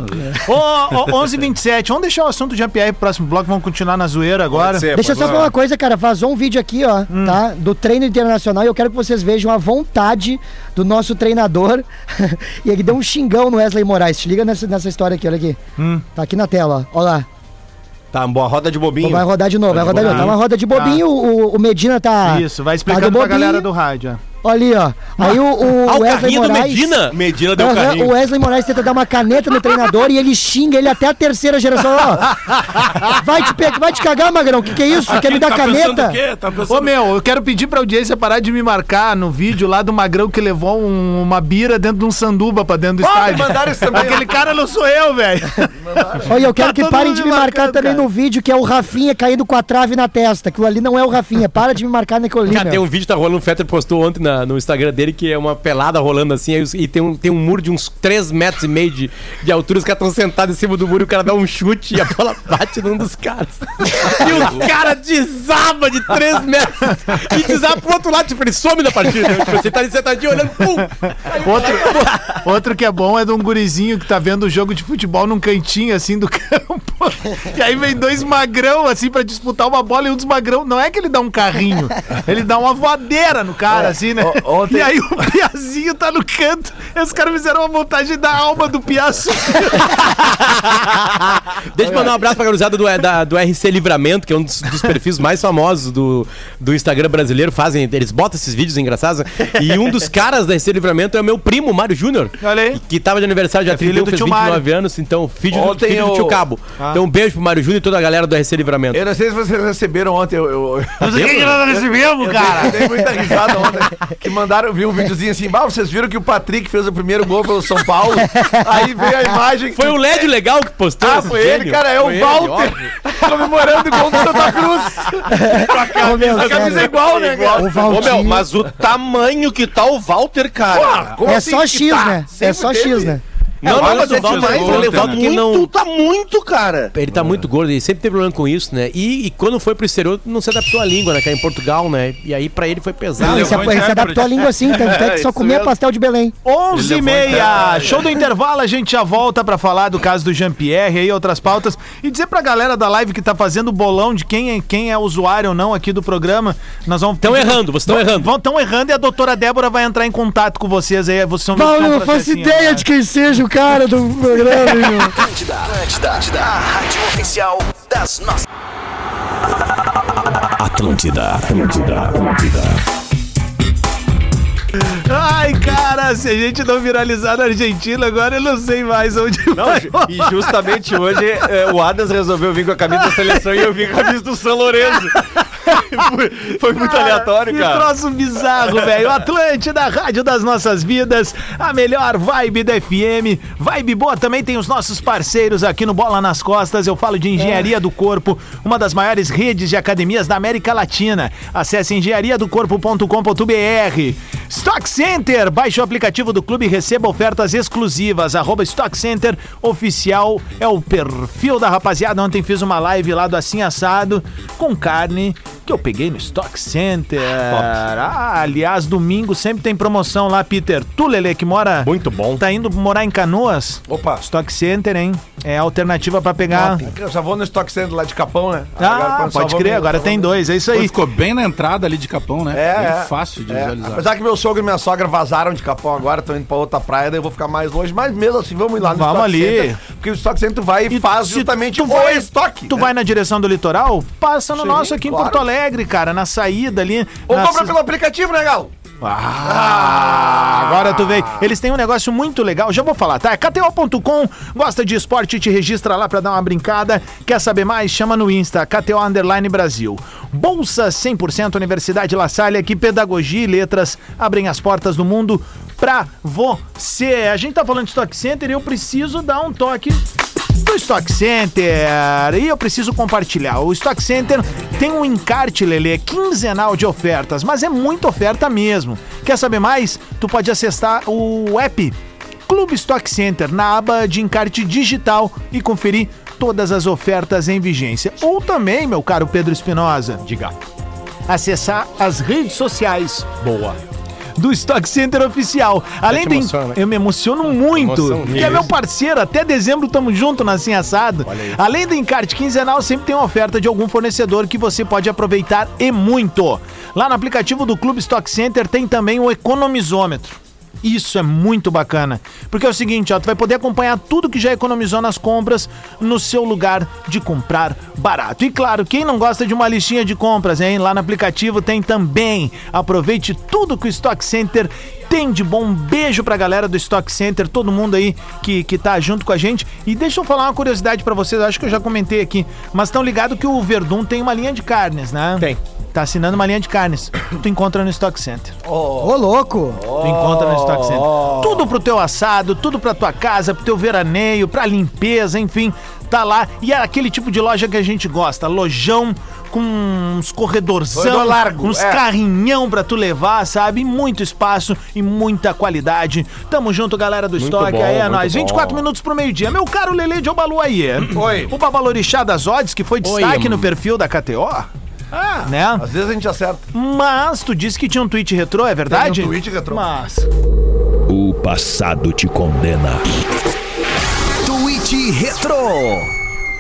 Ô, ô, 11h27, vamos deixar o assunto de Jean-Pierre pro próximo bloco, vamos continuar na zoeira agora.
Deixa eu só falar uma coisa, cara. Vazou um vídeo aqui, ó, tá? Do treino internacional e eu quero que vocês vejam a vontade do nosso treinador. e ele deu um xingão no Wesley Moraes. Se liga nessa, nessa história aqui, olha aqui. Tá aqui na tela, ó. Ó lá.
Tá, boa roda de bobinho.
Vai rodar de novo, vai rodar de novo. Tá uma roda de bobinho, o, o Medina tá.
Isso, vai explicando pra
bobinho.
galera do rádio. ó.
Olha ali, ó. Aí o, o
Ah, o
Wesley
carrinho do
Moraes.
Medina?
Medina deu
Aham,
carrinho.
o Wesley Moraes tenta dar uma caneta no treinador e ele xinga ele até a terceira geração. Ó, vai, te pe... vai te cagar, Magrão. Que que é isso? Quer me dar
tá Pensando
caneta?
o quê? Tá pensando
Ô meu, eu quero pedir pra audiência parar de me marcar no vídeo lá do Magrão que levou um- uma bira dentro de um sanduba pra dentro do estádio.
mandaram isso também.
Aquele cara não sou eu, velho.
Olha, eu quero
Tá
que
todo
parem
mundo
de
me
me marcar
marcando,
também
cara.
no vídeo que é o Rafinha caindo com a trave na testa. Aquilo ali não é o Rafinha. Para de me marcar naquilo ali.
Cara, tem
meu.
um vídeo que tá rolando, o Fetter postou ontem na- no Instagram dele, que é uma pelada rolando assim, aí os- e tem um, tem um muro de uns 3 metros e meio de, de altura, os caras estão sentados em cima do muro, e o cara dá um chute e a bola bate num dos caras. E o cara desaba de 3 metros e desaba pro outro lado, tipo, ele some da partida. Tipo, você tá ali sentadinho olhando, pum!
Outro, outro que é bom é de um gurizinho que tá vendo o jogo de futebol num cantinho assim do campo. E aí vem dois magrão assim pra disputar uma bola e um dos magrão não é que ele dá um carrinho, ele dá uma voadeira no cara assim, né?
o- ontem-
E aí o Piazinho tá no canto. e Os caras fizeram uma montagem da alma do Piaço.
Deixa eu mandar um abraço pra garuzada do, da- do RC Livramento, que é um dos, dos perfis mais famosos do, do Instagram brasileiro. Fazem, eles botam esses vídeos engraçados. E um dos caras da RC Livramento é o meu primo, Mário Júnior.
Olha aí.
Que tava de aniversário já
É
filho do
31, fez
tio Mário.
29 anos. Então, filho, do,
Ontem
filho do
eu- Ah.
tio Cabo. Então, um beijo pro Mário Júnior e toda a galera do RC Livramento.
Eu não sei se vocês receberam ontem, eu, eu,
recebemos,
Eu dei muita risada ontem. Que mandaram, vi um videozinho assim, bah, vocês viram que o Patrick fez o primeiro gol pelo São Paulo? Aí veio a imagem.
Foi o LED legal que postou.
Ah,
esse
foi ele,
gênio.
cara, é
Foi
o
ele,
Walter comemorando o gol do Santa Cruz.
Ô, meu,
A camisa é
sério.
igual, né, cara?
O
Ô,
Valdir.
meu, mas o tamanho que tá o Walter, cara.
Pô, como
É
assim
só
que
X,
tá?
né? É
Sempre
só
teve.
X, né?
Não, não, mas o Walter,
Walter,
mas o
né?
Walter que ele não...
Muito, tá muito, cara.
Ele tá muito gordo, ele sempre teve problema com isso, né? E, e quando foi pro exterior, não se adaptou à língua, né? Que é em Portugal, né? E aí pra ele foi pesado.
Não,
Ele
ele se,
levou
ele se
em Everett.
adaptou à língua assim, tanto é que só
Isso
comia
mesmo.
pastel de Belém.
11 e
Ele levou
meia, show do intervalo, a gente já volta pra falar do caso do Jean-Pierre e aí outras pautas. E dizer pra galera da live que tá fazendo o bolão de quem é, quem é usuário ou não aqui do programa, nós vamos...
Estão errando, vocês estão errando.
Estão errando e a doutora Débora vai entrar em contato com vocês aí. Vocês são
Paulo, eu não faço ideia de quem seja o cara do programa, meu.
Atlântida, Atlântida, Atlântida, a rádio oficial das nossas. Atlântida, Atlântida, Atlântida.
Ai, cara, se a gente não viralizar na Argentina agora, eu não sei mais onde
Não,
vai.
ju- e justamente hoje é, o Adams resolveu vir com a camisa da seleção e eu vim com a camisa do São Lourenço. Foi- Foi muito aleatório,
Ah, que
cara.
troço bizarro, velho. Atlântida, rádio das nossas vidas, a melhor vibe da FM. Vibe boa também tem os nossos parceiros aqui no Bola nas Costas. Eu falo de Engenharia do Corpo, uma das maiores redes de academias da América Latina. Acesse engenhariadocorpo.com.br. Stock Center, baixe o aplicativo do clube e receba ofertas exclusivas. Arroba Stock Center oficial é o perfil da rapaziada. Ontem fiz uma live lá do Assim Assado com carne que eu peguei no Stock Center. Ah, aliás, domingo sempre tem promoção lá, Peter. Tu, Lele, que mora.
Muito bom.
Tá indo morar em Canoas?
Opa.
Stock Center, hein? É a alternativa pra pegar.
É Eu já vou no Stock Center lá de Capão, né?
Ah, pode crer, agora tem dois, é isso
Pô,
aí.
ficou bem na entrada ali de Capão, né?
É,
Bem
é.
fácil de
É,
visualizar.
Apesar que meu sogro e minha sogra vazaram de Capão agora, estão indo pra outra praia, daí eu vou ficar mais longe, mas mesmo assim vamos ir lá no
Vamos
Stock
ali.
Center, porque o Stock Center vai e faz
se
justamente
tu
o
vai-
estoque.
Tu
né?
vai na direção do litoral? Passa no
Sim,
nosso aqui em
claro.
Porto Alegre, cara, na saída ali.
Ou
na
compra
ci-
pelo aplicativo, né, Galo?
Ah, agora tu vem. Eles têm um negócio muito legal, já vou falar, tá? É KTO.com, gosta de esporte, te registra lá pra dar uma brincada. Quer saber mais? Chama no Insta, KTO Underline Brasil. Bolsa 100% Universidade La Salle, que pedagogia e letras abrem as portas do mundo pra você. A gente tá falando de Stock Center e eu preciso dar um toque do Stock Center. E eu preciso compartilhar. O Stock Center tem um encarte, Lelê, quinzenal de ofertas, mas é muita oferta mesmo. Quer saber mais? Tu pode acessar o app Clube Stock Center na aba de encarte digital e conferir todas as ofertas em vigência. Ou também, meu caro Pedro Espinosa, diga, acessar as redes sociais. Boa. Do Stock Center oficial. Além
te
do. en-
emociona, né?
Eu me emociono muito.
emoção,
Porque é meu parceiro, até dezembro tamo junto na Assim Assado. Além do encarte quinzenal, sempre tem uma oferta de algum fornecedor que você pode aproveitar e muito. Lá no aplicativo do Clube Stock Center tem também o economizômetro. Isso é muito bacana. Porque é o seguinte, ó, tu vai poder acompanhar tudo que já economizou nas compras no seu lugar de comprar barato. E claro, quem não gosta de uma listinha de compras, hein? Lá no aplicativo tem também. Aproveite tudo que o Stock Center tem de bom. Um beijo pra galera do Stock Center, todo mundo aí que, que tá junto com a gente. E deixa eu falar uma curiosidade pra vocês, acho que eu já comentei aqui, mas estão ligado que o Verdun tem uma linha de carnes, né?
Tem.
Tá assinando uma linha de carnes. Tu encontra no Stock Center.
Ô, louco!
Tu encontra no Stock Center.
Oh.
Tudo pro teu assado, tudo pra tua casa, pro teu veraneio, pra limpeza, enfim, tá lá. E é aquele tipo de loja que a gente gosta, lojão com uns corredorzão,
Corredor largo,
uns
é.
carrinhão pra tu levar, sabe? Muito espaço e muita qualidade. Tamo junto, galera do Stock,
bom,
aí é
muito
nóis.
bom.
24 minutos pro meio-dia. Meu caro Lele de Obalu aí.
Oi.
O Babalorixá das Odds, que foi destaque
Oi,
no perfil da KTO,
Ah,
né?
Às vezes a gente acerta.
Mas tu disse que tinha um tweet retrô, é verdade?
um tweet retrô.
Mas...
O passado te condena.
Tweet Retro.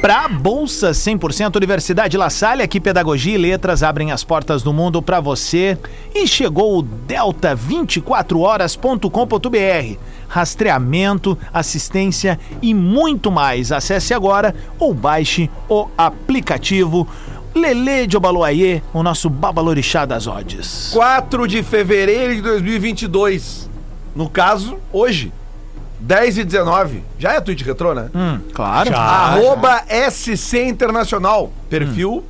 Pra Bolsa 100% Universidade La Salle, aqui Pedagogia e Letras abrem as portas do mundo pra você. E chegou o delta24horas.com.br. Rastreamento, assistência e muito mais. Acesse agora ou baixe o aplicativo Lele de Obaloaiê, o nosso babalorixá das odds.
4 de fevereiro de 2022. No caso, hoje. 10 e 19. Já é tweet retrô, né?
Hum, claro.
Arroba SC Internacional. Perfil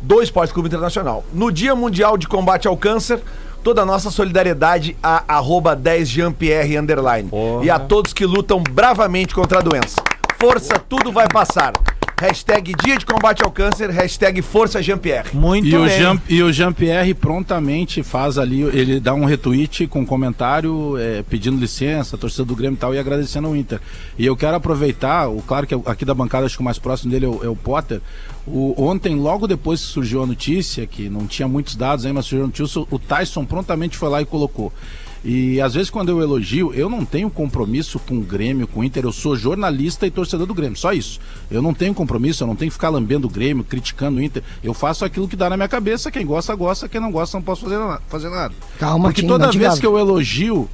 do Esporte Clube Internacional. No Dia Mundial de Combate ao Câncer, toda a nossa solidariedade a arroba 10 Jean-Pierre Underline. E a todos que lutam bravamente contra a doença. Força, tudo vai passar. Hashtag Dia de Combate ao Câncer, hashtag Força Jean-Pierre.
Muito
E
bem.
o, Jean, e o Jean-Pierre prontamente faz ali, ele dá um retweet com comentário eh, pedindo licença, a torcida do Grêmio e tal, e agradecendo ao Inter. E eu quero aproveitar, o, claro que aqui da bancada, acho que o mais próximo dele é o, é o Potter. O, ontem, logo depois que surgiu a notícia, que não tinha muitos dados aí, mas surgiu a notícia, o Tyson prontamente foi lá e colocou. E às vezes quando eu elogio, eu não tenho compromisso com o Grêmio, com o Inter, eu sou jornalista e torcedor do Grêmio, só isso. Eu não tenho compromisso, eu não tenho que ficar lambendo o Grêmio, criticando o Inter. Eu faço aquilo que dá na minha cabeça, quem gosta, gosta, quem não gosta, não posso fazer, na- fazer nada.
Calma,
Porque
Tim,
toda
não te
vez
gaba.
que eu elogio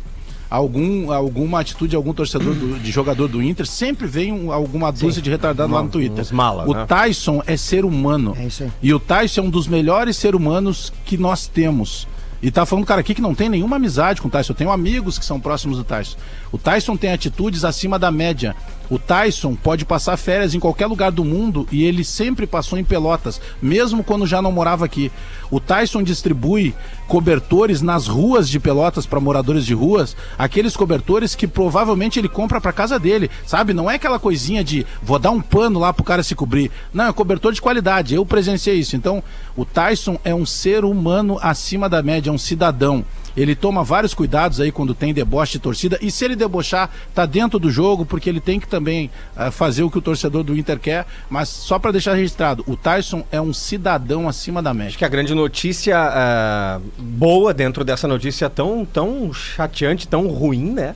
algum, alguma atitude, algum torcedor do- de jogador do Inter, sempre vem um- alguma dúzia de retardado lá no Twitter.
uns mala,
o
né?
Tyson é ser humano.
É isso aí.
E o Tyson é um dos melhores seres humanos que nós temos. E tá falando, cara, aqui que não tem nenhuma amizade com o Tyson. Eu tenho amigos que são próximos do Tyson. O Tyson tem atitudes acima da média. O Tyson pode passar férias em qualquer lugar do mundo e ele sempre passou em Pelotas, mesmo quando já não morava aqui. O Tyson distribui cobertores nas ruas de Pelotas para moradores de ruas, aqueles cobertores que provavelmente ele compra para casa dele, sabe? Não é aquela coisinha de vou dar um pano lá pro cara se cobrir. Não, é cobertor de qualidade. Eu presenciei isso. Então, o Tyson é um ser humano acima da média, é um cidadão. Ele toma vários cuidados aí quando tem deboche de torcida. E se ele debochar, tá dentro do jogo, porque ele tem que também ah, fazer o que o torcedor do Inter quer. Mas só para deixar registrado, o Tyson é um cidadão acima da média.
Acho que a grande notícia ah, boa dentro dessa notícia tão, tão chateante, tão ruim, né?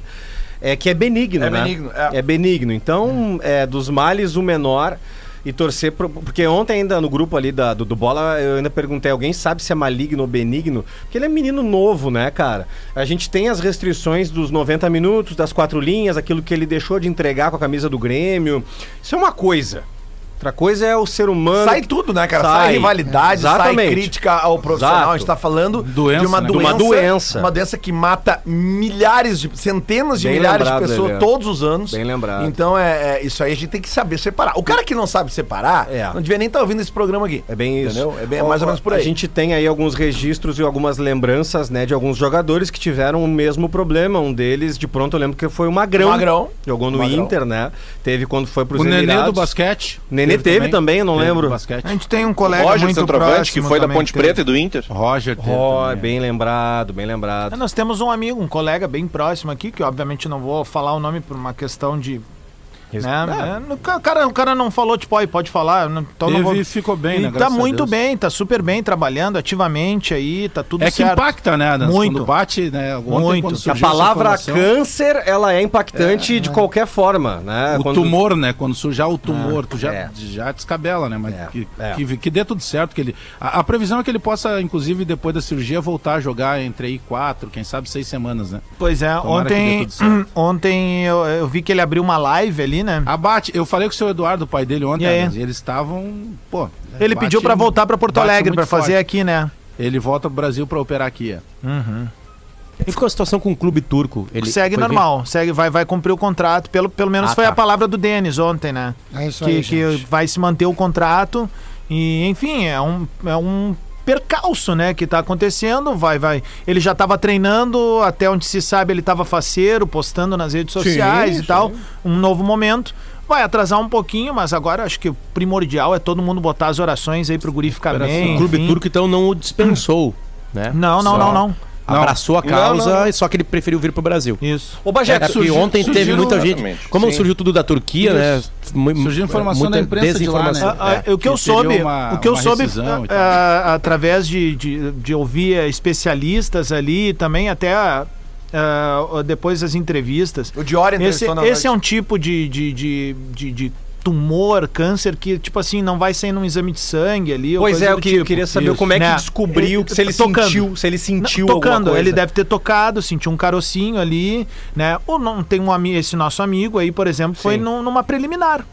É que é benigno,
É
né?
benigno, é.
benigno. Então, é dos males o menor.
e torcer pro- porque ontem ainda no grupo ali da- do, do bola eu ainda perguntei alguém sabe se é maligno ou benigno porque ele é menino novo né cara a gente tem as restrições dos 90 minutos das quatro linhas aquilo que ele deixou de entregar com a camisa do Grêmio isso é uma coisa outra coisa é o ser humano
Sai tudo, né, cara? Sai,
Sai.
rivalidade, sai
Exatamente.
crítica ao profissional.
Exato.
A gente tá falando
Doença,
de uma
né?
doença.
De uma doença.
Uma doença que mata milhares de. centenas de
Bem
milhares
lembrado,
de pessoas
Lelê.
todos os anos.
Bem lembrado.
Então é, é, isso aí a gente tem que saber separar. O cara que não sabe separar,
É.
não devia nem estar ouvindo esse programa aqui.
É bem isso.
Entendeu? É bem- é mais ou menos por aí.
A gente tem aí alguns registros e algumas lembranças, né, de alguns jogadores que tiveram o mesmo problema. Um deles, de pronto, eu lembro que foi o Magrão.
Magrão.
Jogou no
Magrão.
Inter, né? Teve quando foi pros
O Nenê do
Emirados.
basquete.
Nenê teve também, eu não
Teve do
lembro.
Basquete.
A gente tem um colega
Roger,
muito
centroavante,
próximo
que foi da
também
Ponte
teve.
Preta e do Inter.
Roger teve.
Ó,
também. é.
bem lembrado, bem lembrado.
É, Nós temos um amigo, um colega bem próximo aqui, que obviamente não vou falar o nome por uma questão de.
Res-
né, é, o, ca- o cara, o cara não falou, tipo, aí pode falar. eu não- Então não
Teve
vou...
e ficou bem,
E
né?
Tá
graças a
muito
Deus.
bem, tá super bem, trabalhando ativamente aí, tá tudo
É que
certo.
impacta, né, Adams?
Muito.
Quando bate, né?
Muito.
quando
A
A
surgiu essa
palavra
informação,
câncer, ela é impactante de qualquer forma, né?
O
Quando-
tumor, né? Quando sujar o
Ah,
tumor, tu já,
é.
já descabela, né? Mas
É,
que,
é.
Que, que dê tudo certo. Que ele, a, a previsão é que ele possa, inclusive, depois da cirurgia, voltar a jogar entre aí quatro, quem sabe seis semanas, né?
Pois é,
Tomara que dê
ontem,
tudo certo. Ah,
ontem eu, eu vi que ele abriu uma live ali, né?
Abate, eu falei com o seu Eduardo, o pai dele, ontem,
E aí?
Adams, e eles estavam. Pô.
ele
bate-
pediu pra voltar pra Porto
bate
Alegre
muito
pra fazer
forte.
aqui, né?
Ele volta pro Brasil pra operar aqui. é.
E ficou a situação com o clube turco? Ele
segue
foi
normal, segue, vai, vai cumprir o contrato. Pelo, pelo menos
Ah,
foi
tá.
a palavra do Denis ontem, né?
É isso
que,
aí,
que
gente.
vai se manter o contrato. E, enfim, é um, é um percalço, né, que tá acontecendo. Vai, vai. Ele já tava treinando, até onde se sabe, ele tava faceiro, postando nas redes sociais e tal. Um novo momento. Vai atrasar um pouquinho, mas agora acho que o primordial é todo mundo botar as orações aí pro guri ficar bem.
O clube
enfim.
turco, então, não o dispensou, né?
Não, não,
Só
não, não.
Abraçou a
Não,
causa,
não,
só que ele preferiu vir pro Brasil.
Isso.
Ô, Bajé,
É, porque
surgiu-
ontem teve
surgiu-
muita gente.
Exatamente,
Como
sim.
surgiu tudo da Turquia,
Isso.
né? mu-
Surgiu informação
muita
da imprensa de lá, né?
desinformação.
Ah,
É,
ah, o que eu
que teria
soube,
uma-
o que eu
uma
soube
rescisão e tal.
ah, através de, de, de ouvir especialistas ali, também até ah, depois das entrevistas.
O Dior
Esse,
entrevistou na
esse é
noite.
um tipo de, de, de, de- de tumor, câncer que, tipo assim, não vai sair num exame de sangue ali. ou
Pois
coisa
é, eu
do
que-
tipo.
eu queria saber como é que
Né?
descobriu,
Ele-
se ele
tocando.
sentiu, se ele
Não,
sentiu
tocando,
alguma coisa.
ele deve ter tocado, sentiu um carocinho ali, né? Ou não tem um ami- esse nosso amigo aí, por exemplo, foi
Sim.
num- numa preliminar.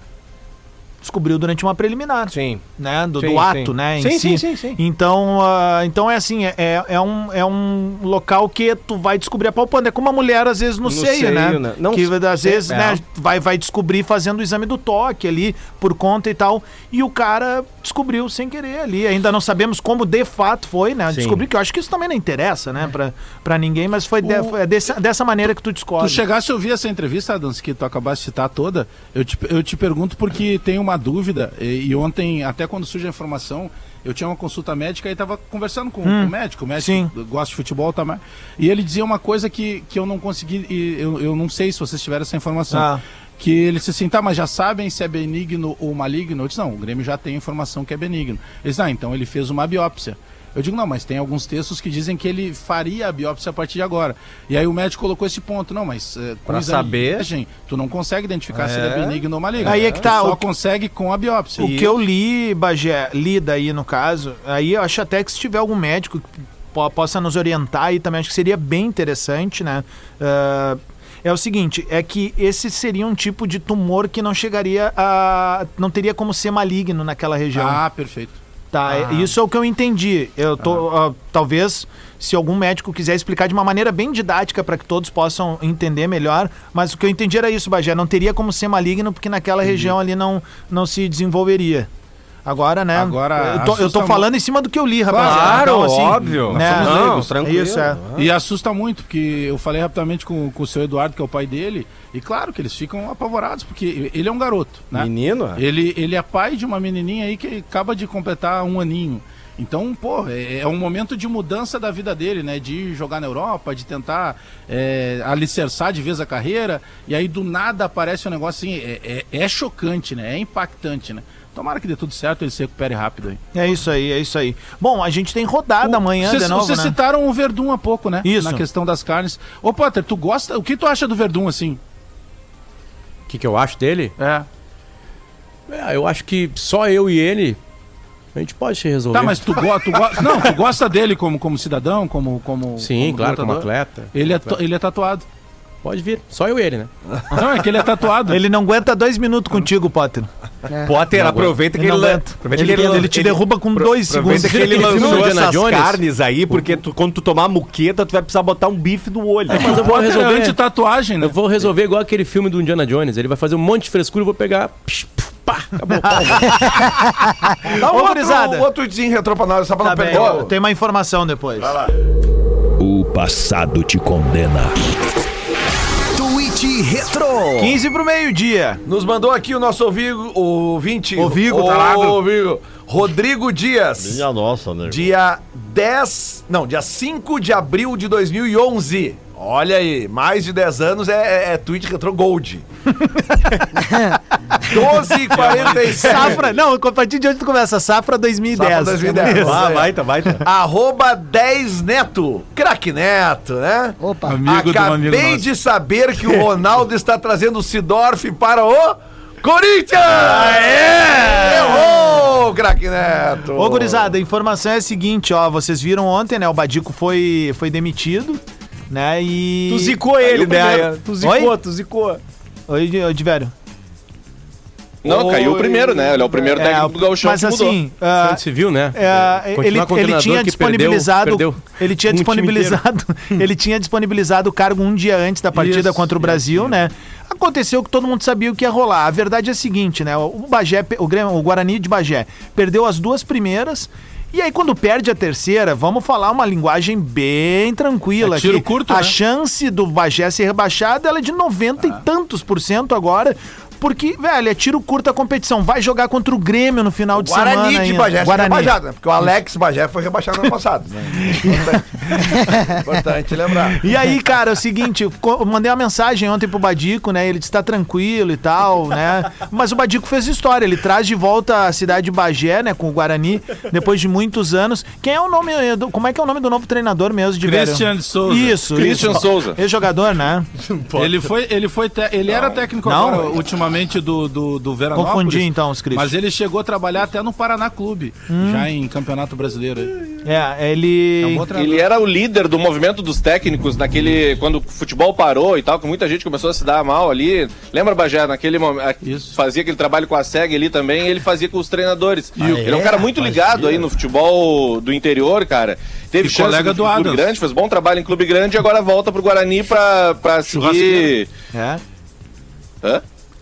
Descobriu durante uma preliminar,
Sim.
né? Do, do
Sim,
ato,
sim.
né? em
Sim,
si.
sim, sim, sim.
Então, ah, então é assim, é, é, um, é um local que tu vai descobrir apalpando. É como a mulher, às vezes, no,
No
seio,
seio,
né?
né? Não-
que às
sei-
vezes,
é.
né, vai, vai descobrir fazendo o exame do toque ali, por conta e tal. E o cara descobriu sem querer ali. Ainda não sabemos como de fato foi, né?
Sim.
Descobri que eu acho que isso também não interessa, né, pra, pra ninguém, mas foi, de-
O-
foi dessa, dessa maneira que tu descobre.
Tu chegasse a ouvir essa entrevista, Adams, que tu acabaste de citar toda, eu te, eu te pergunto porque tem uma dúvida, e, e ontem, até quando surge a informação, eu tinha uma consulta médica e estava conversando com, com o médico, o médico
Sim.
gosta de futebol também, e ele dizia uma coisa que, que eu não consegui, e eu, eu não sei se vocês tiveram essa informação.
Ah.
Que ele disse assim, tá, mas já sabem se é benigno ou maligno? Eu disse, não, o Grêmio já tem informação que é benigno. Ele disse, ah, então ele fez uma biópsia. Eu digo, não, mas tem alguns textos que dizem que ele faria a biópsia a partir de agora. E aí o médico colocou esse ponto, não, mas eh, com
Pra
exame de
saber.
imagem, tu não consegue identificar se ele é
É.
benigno ou maligno.
Aí é que tá,
Tu só
o que-
consegue com a biópsia.
O que eu li, Bagé, li daí no caso, aí eu acho até que se tiver algum médico que po- possa nos orientar aí também, acho que seria bem interessante, né? Ah, é o seguinte, é que esse seria um tipo de tumor que não chegaria a... não teria como ser maligno naquela região.
Ah, perfeito.
Tá, é- isso é o que eu entendi. Eu tô, ah, talvez, se algum médico quiser explicar de uma maneira bem didática para que todos possam entender melhor, mas o que eu entendi era isso, Bagé. Não teria como ser maligno porque naquela região ali não, não se desenvolveria. Agora, né?
Agora,
eu tô, eu tô
assusta
falando em cima do que eu li, rapaz.
Claro, óbvio.
Né,
Nós somos leigos,
não, é
tranquilo.
Isso, é.
E
Ah.
assusta muito, porque eu falei rapidamente com, com o seu Eduardo, que é o pai dele, e claro que eles ficam apavorados, porque ele é um garoto, né?
Menino? é?
Ele, ele é pai de uma menininha aí que acaba de completar um aninho. Então, pô, é, é um momento de mudança da vida dele, né? De jogar na Europa, de tentar é, alicerçar de vez a carreira. E aí, do nada, aparece um negócio assim. É, é- é chocante, né? É impactante, né? Tomara que dê tudo certo, ele se recupere rápido aí.
É isso aí, é isso aí. Bom, a gente tem rodada amanhã
Vocês
Ah, de novo,
vocês
né?
citaram o Verdun há pouco, né?
Isso.
Na questão das carnes. Ô, Potter, tu gosta... O que tu acha do Verdun, assim?
É.
O que, que eu acho dele?
É.
É, eu acho que só eu e ele, a gente pode se resolver.
Tá, mas tu, go tu, go não, tu gosta dele como, como cidadão, como. como
Sim,
como
claro, como
um lutador?
atleta.
Ele é, to- ele é tatuado.
Pode vir. Só eu e ele, né?
Não, é que ele é tatuado.
Ele não aguenta dois minutos contigo, Potter.
Potter, aproveita que
Ele
ele,
não
lan-
aguenta. Ele, ele te derruba com dois segundos.
Aproveita que ele
Aquele filme do
lançou
Indiana
essas
Jones.
carnes aí, porque tu- quando tu tomar muqueta, tu vai precisar botar um bife do olho.
Mas eu vou
Potter é
resolver.
anti-tatuagem, né?
Eu vou resolver igual aquele filme do Indiana Jones. Ele vai fazer um monte de frescura, eu vou pegar. Psh, puf, pá, acabou.
Dá um
Ô,
outro,
gurizada.
outro desenho retrô pra nós, só pra
Tá
não
bem,
perder.
eu tenho uma informação depois.
O passado te condena.
Tweet Retro.
15 pro meio-dia.
Nos mandou aqui o nosso ouvigo, ouvinte.
Ouvigo,
o,
tarado.
ouvigo, Rodrigo Dias.
nossa, né?
Dia 10. Não, dia 5 de abril de 2011. Olha aí, mais de 10 anos é, é, é Twitch Retro Gold. 12h47.
Safra, não, a partir de hoje tu começa safra 2010.
Safra 2010.
Isso.
Ah, baita,
tá.
baita.
Arroba 10 Neto. Craque Neto, né?
Opa.
Amigo de um
Acabei
amigo nosso.
de saber que o Ronaldo está trazendo o Sidorf para o Corinthians! é! Errou, craque Neto!
Ô, gurizada, a informação é a seguinte, ó. Vocês viram ontem, né? O Badico foi, foi demitido, né? E.
Tu zicou ele, né? Tu zicou,
Oi?
tu zicou.
Oi, ô, Diverio.
Não,
Oi.
caiu o primeiro, né? Ele é o primeiro técnico do Gauchão
mas
que mudou.
assim, ah,
Você viu, né?
É,
Continuar
ele,
com o
ele
treinador
tinha
que
disponibilizado,
perdeu- perdeu
ele tinha
um time
disponibilizado, ele tinha disponibilizado o cargo um dia antes da partida
Isso,
contra o Brasil, né? Aconteceu que todo mundo sabia o que ia rolar. A verdade é a seguinte, né? O Bagé, pe- o, Grêmio- o Guarani de Bagé perdeu as duas primeiras. E aí, quando perde a terceira, vamos falar uma linguagem bem tranquila
É tiro
aqui.
curto,
a
né?
chance do Bagé ser rebaixado ela é de 90 e tantos por cento agora. Porque, velho, é tiro curto a competição. Vai jogar contra o Grêmio no final de semana.
Guarani de
ainda.
Bagé foi
Guarani.
rebaixado, né? Porque o Alex Bagé foi rebaixado no ano passado. né? Importante, importante lembrar.
E aí, cara, é o seguinte, eu co- eu mandei uma mensagem ontem pro Badico, né? Ele disse tá tranquilo e tal, né? Mas o Badico fez história, ele traz de volta a cidade de Bagé, né, com o Guarani, depois de muitos anos. Quem é o nome, eh, do- como é que é o nome do novo treinador mesmo de velho?
Christian Souza.
Isso,
Christian
isso.
Souza.
Esse jogador, né?
Ele foi, ele foi, te- ele era técnico
Não.
agora, ultimamente do do, do Veranópolis.
Confundi, então, os Hum. Christian.
Mas ele chegou a trabalhar até no Paraná Clube, já em Campeonato Brasileiro.
É,
É um
ele
bom treinador.
Ele era o líder do movimento dos técnicos naquele. Quando o futebol parou e tal, que muita gente começou a se dar mal ali. Lembra, Bajé, naquele momento.
Isso.
Fazia aquele trabalho com a SEG ali também, e ele fazia com os treinadores.
E o-
ele é um cara muito ligado aí no futebol do interior, cara. Teve
E
chance
colega
no
do
clube
Adams.
grande, fez bom trabalho em clube grande e agora volta pro Guarani pra, pra seguir.
Churrasqueiro.
é.
Hã?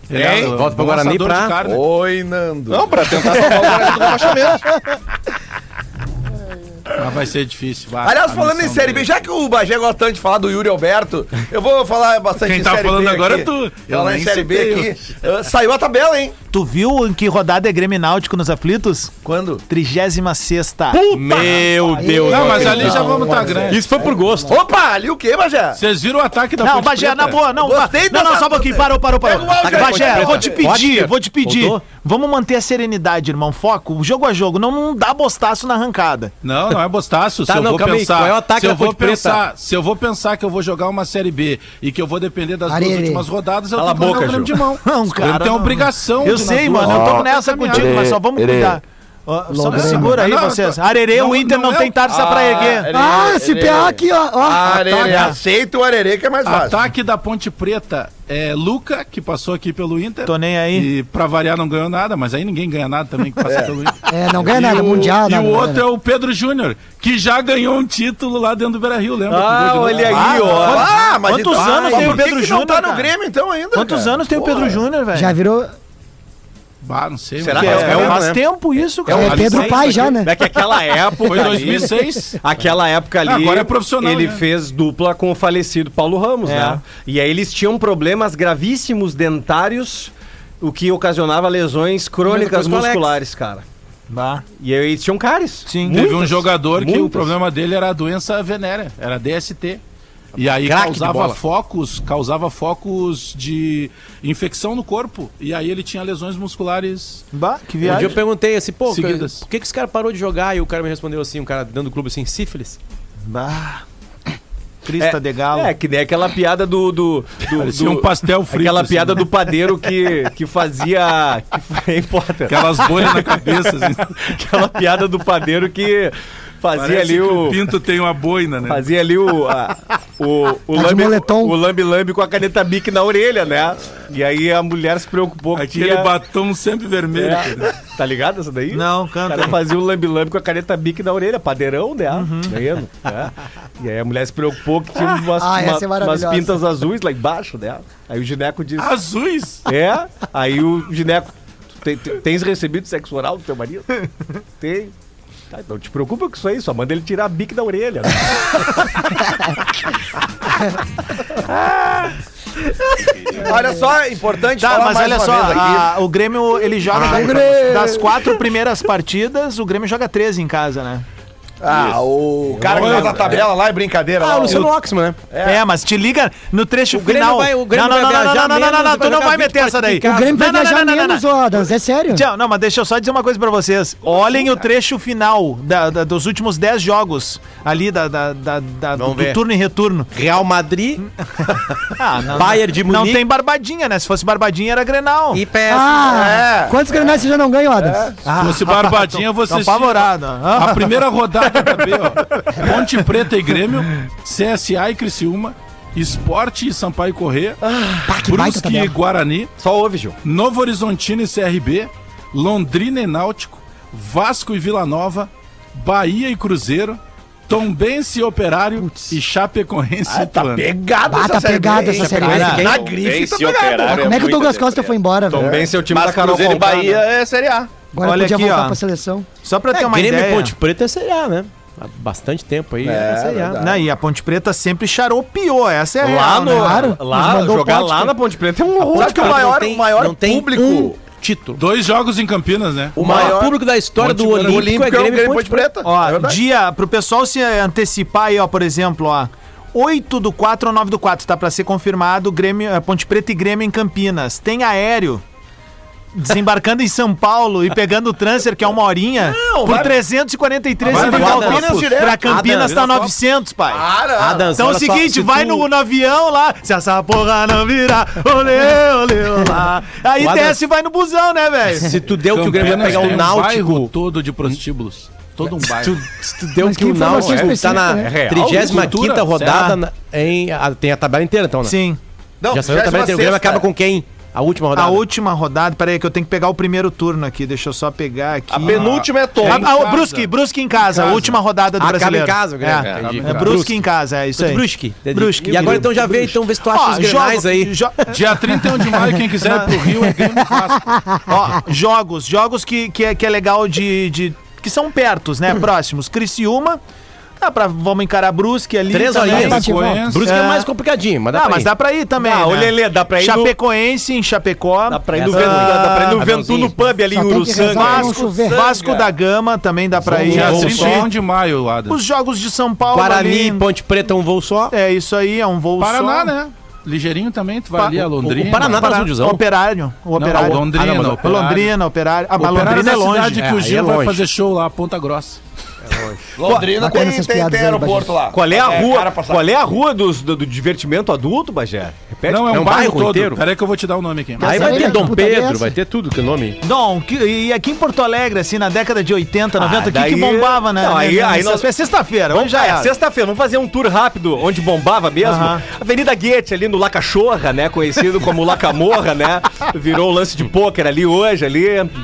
Ele era um
Volta pro
bom
Guarani
lançador
pra-
de carne.
Oi, Nando.
Não, pra tentar salvar o Guarani do rebaixamento.
Mas Ah, vai ser difícil. vai.
Aliás,
A
falando em
missão
Série B,
dele.
já que o Bagé gosta tanto de falar do Yuri Alberto, eu vou falar bastante
Quem
em
tá falando agora
aqui.
é tu. Eu
Falar em
nem
Série B
citei
aqui. Ah, saiu a tabela, hein?
Tu viu em que rodada é Grêmio e Náutico nos aflitos?
Quando?
36
Meu Deus.
Não, mas
acredito.
ali já vamos estar tá
é.
grande.
Isso foi por gosto. Um
Opa, ali o quê, Bagé?
Vocês viram o ataque da
Não,
Ponte
Bagé,
Preta?
na boa, não.
Gostei
não, não,
dessa-
só um pouquinho, parou, parou, parou.
Pega o áudio aí,
Bagé, né? eu vou te
Ponte
pedir, vou te pedir.
Voltou?
Vamos manter a serenidade, irmão. Foco, jogo a jogo. Não, não dá bostaço na arrancada.
Não, não é bostaço.
Tá,
se eu
não,
vou
calma aí,
pensar,
qual é o ataque
se
da
eu vou
Ponte Preta?
pensar, se eu vou pensar que eu vou jogar uma série B e que eu vou depender das
Arerê.
duas últimas rodadas, eu
Cala a
tenho que
boca,
largar o Grêmio
Gil.
de mão.
Não,
O
cara,
Grêmio tem um a
não. né?
obrigação.
Eu
de, nas
sei,
duas
mano. Eu tô
rodadas,
nessa
caminhar.
contigo, mas só vamos cuidar. Ó, Só um
Lograma.
segura aí
Tá Não, não,
vocês.
não,
Arerê,
não,
o Inter não,
não é
tem
o-
tarça pra erguer.
Ah, esse PA aqui, ó. ó.
Arerê, aceita o Arerê que é mais fácil.
Ataque da Ponte Preta é Luca, que passou aqui pelo Inter.
Tô nem aí.
E pra variar não ganhou nada, mas aí ninguém ganha nada também que passa pelo Inter.
É, não ganha
E
nada,
o-
mundial.
E
nada, né?
o
nada,
outro
nada.
é o Pedro Júnior, que já ganhou um título lá dentro do Beira Rio, lembra?
Ah,
Com gol de
olha
novo.
aí, ó.
Ah,
Quantos
então-
anos
Ah,
tem o
por que
Pedro
que não
Júnior,
tá no
cara?
Grêmio então ainda,
Quantos
cara?
anos tem o
Porra.
Pedro Júnior, velho?
Já virou.
Bah, não sei.
Será
mano.
que é-
É,
é
faz tempo isso, cara.
É
um
Pedro
absurdo
Pai
isso
já, né?
É que aquela época.
Foi
ali-
2006.
Aquela época ali.
Agora é profissional,
Ele
né?
fez dupla com o falecido Paulo Ramos,
É.
né? E aí eles tinham problemas gravíssimos dentários, o que ocasionava lesões crônicas
Mesma coisa com o Alex.
musculares, cara.
Bah.
E aí eles tinham cáries.
Sim.
Teve um jogador que o
muitas.
problema dele era a doença venérea, era DST. E aí
Craque de bola.
causava focos, causava focos de infecção no corpo. E aí ele tinha lesões musculares.
Bah, que
Um dia
viagem.
eu perguntei assim, pô,
Seguidas.
por que, que esse cara parou de jogar? E o cara me respondeu assim, um cara dentro do clube assim, sífilis.
Bah. Crista
é,
tá de galo.
É, que nem aquela piada do. do, do-
Parecia
do-
um pastel frito,
Aquela
assim,
piada
né?
do padeiro que, que fazia. Que, fa- hein, Potter?
Aquelas bolhas na cabeça. Assim.
Aquela piada do padeiro que fazia
Parece
ali
que o...
o.
pinto tem uma boina, né?
Fazia ali o. a- o o
Tá de
lambe,
moletom.
o lambe lambe com a caneta bic na orelha, né? E aí a mulher se preocupou que
Aquele
tinha-
batom sempre vermelho. cara.
Tá ligado essa daí?
Não,
O
canta.
cara fazia o lambi-lambi com a caneta bique na orelha, padeirão, né?
Uhum.
Ganhando, né? E aí a mulher se preocupou que tinha umas,
Ah, essa
uma-
é
umas
maravilhosa.
pintas azuis lá embaixo, né? Aí o gineco disse,
Azuis.
é? Aí o gineco, "Tu te- te- tens recebido sexo oral do teu marido? Tem. Tá, não te preocupa com isso aí, só manda ele tirar a bique da orelha. né?
Olha só, importante
Tá, mas
mais
olha
uma
só,
vez aqui.
a- o Grêmio, ele joga
Ah,
das-
Grêmio!
das quatro primeiras partidas, o Grêmio joga 13 em casa, né?
Ah, o cara que faz a tabela lá é brincadeira.
Ah,
lá,
o
ó.
Luciano Oxman, né?
É. mas te liga no trecho
Grêmio
final.
vai- o Grêmio
não, não,
vai
não,
viajar
não, não, não, não,
menos,
não, tu
vai
não
jogar
vai
20
meter essa daí.
partidas
O Grêmio vai
Não, não, não,
viajar
não, não, não,
menos,
não.
ó, Adams, é sério?
Tchau, não, mas deixa eu só dizer uma coisa pra vocês. Olhem o trecho final da- da- dos últimos 10 jogos ali da, da- da- da- do,
Vamos ver.
turno e retorno.
Real Madrid,
Ah, não,
Bayern de
não
Munique
tem barbadinha, né? Se fosse barbadinha era Grenal.
e PS.
Ah,
É.
quantos granais você já não ganhou, é Adams?
Ah,
Se fosse barbadinha,
então,
Tô
vocês tinham-
apavorado. Ah,
A primeira rodada da B, ó. Ponte Preta e Grêmio, CSA e Criciúma, Esporte e Sampaio Corrêa,
baita
Brusque
tabela.
e Guarani,
Só ouve, Gil.
Novo Horizontino e CRB, Londrina e Náutico, Vasco e Vila Nova, Bahia e Cruzeiro, Tombense e Operário e Chapecoense e
Ah, tá
Ituano.
pegada
Ah, tá
Série B,
pegada
hein?
essa Série B.
Cara, Na
Quem?
grife, tá
Esse
pegada.
operário
Como é que o
muito
Douglas
deprê.
Costa foi embora, velho?
Também seu time da
Mas
Carol
Cruzeiro e
Conká, né?
Bahia é Série A.
Agora
Olha
podia
aqui,
voltar
ó.
pra seleção.
só pra ter
É,
uma
Grêmio
ideia.
e Ponte Preta é Série A, né? Há bastante tempo aí. É, Série A.
Não, Né, e a Ponte Preta sempre charopeou, essa é a
Lá
real,
no.
né?
Claro, nos
lá,
mandou
jogar
pote,
lá
cara.
na Ponte Preta é um horror.
Sabe que o
Cara,
maior,
não tem-
o maior
não tem
público.
um título.
Dois jogos em Campinas, né?
O maior,
maior-
público da história do Olímpico, é Grêmio, e Ponte, Preta.
Ó,
É verdade.
dia, pro pessoal se antecipar aí, ó, por exemplo, ó. 8 do 4 ou 9 do 4, tá pra ser confirmado, Grêmio, eh, Ponte Preta e Grêmio em Campinas. Tem aéreo. Desembarcando em São Paulo e pegando o transfer, que é uma horinha, por 343
Vai, vai,
real.
vai,
Pra
Campinas
Pra
Ah,
direto.
Campinas tá
Adam, vira só.
900, pai.
Cara,
Adams,
Então é o
olha só,
seguinte,
se
vai
tu-
no, no avião lá, se essa porra não virar, olê, olê, olá. Aí
O Adams-
desce e vai no busão, né, velho?
Se tu deu que o Grêmio vai
Campinas
pegar
tem
o
um
Náutico.
bairro todo de prostíbulos. Todo um
Se tu,
bairro.
se tu deu
Mas
que
que
o Náutico
informação
tá
específica,
na
né?
Real,
35
cultura,
rodada,
será?
na- em, a- tem a tabela inteira, então, né?
Sim.
não,
Já saiu a tabela inteira.
26ª.
O Grêmio acaba com quem? A última rodada.
A última rodada, peraí, que eu tenho que pegar o primeiro turno aqui, deixa eu só pegar aqui.
A penúltima é Tom.
Ah, ah, o
casa.
Brusque, Brusque em casa,
Em
a
casa.
última rodada do
Acaba em
brasileiro.
casa, o Grêmio,
é,
entendi.
é,
Acaba em
Brusque
casa.
em casa, é isso aí.
Brusque.
Brusque.
E agora então já vê, então vê se tu acha os grenais aí.
jo-
Dia 31 de maio, quem quiser ir pro Rio é Grêmio e Vasco.
ó, jogos, jogos que, que, é, que é legal de, de- que são pertos, né, próximos. Criciúma, dá pra, vamos encarar Brusque ali.
Três
também.
horinhas.
Chapecoense.
Brusque é.
É.
mais complicadinho, mas dá
Ah,
pra
mas
ir.
dá pra ir também,
Ah,
né?
ô Lelê, dá pra ir no-
Chapecoense em Chapecó.
Dá pra ir no,
Essa-
Ventu- dá pra ir no
Ah,
Ventuno
Adãozinho.
Pub ali em
Só tem que
Uruçanga.
rezar pra não
Vasco,
chover.
Vasco da Gama também dá pra ir.
Dia
assistir.
31 de maio, Adam.
Os jogos de São Paulo
Guarani,
ali.
Ponte Preta, um voo só.
É isso aí, é um voo
Paraná,
só.
né? Ligeirinho também, tu vai
Pa-
ali a
o- o
Londrina.
O Paraná tá
Pará-
azul de zão.
Operário. O operário.
Não, Londrina,
Ah, não, mas o-
Operário.
Londrina, operário. Ah, mas
Operário
Londrina é
da
longe.
cidade
É,
que
aí
o
é
Gil vai
longe.
fazer show lá, Ponta Grossa.
Londrina
Bacana
tem,
essas
tem,
piadas
tem
aí,
aeroporto lá.
Qual é a
É,
rua?
cara passada.
qual é a rua dos- do, do divertimento adulto, Bagé? Repete.
Não, é um,
É um
bairro,
bairro
todo.
inteiro?
Peraí que eu vou te dar o nome aqui.
Aí
Essa
vai
aí
ter
é
Dom
puta
Pedro,
dessa.
vai ter tudo que é nome.
Dom, que- e aqui em Porto Alegre, assim, na década de 80, 90, o que, que
daí-
bombava, né?
Não, aí-
né,
aí
nessas-
nós-
É sexta-feira, hoje já
Ah, é,
era.
sexta-feira, vamos fazer um tour rápido onde bombava mesmo.
Aham.
Avenida Guete ali no La Cachorra, né? Conhecido como La Camorra, né? Virou um lance de pôquer ali hoje, ali.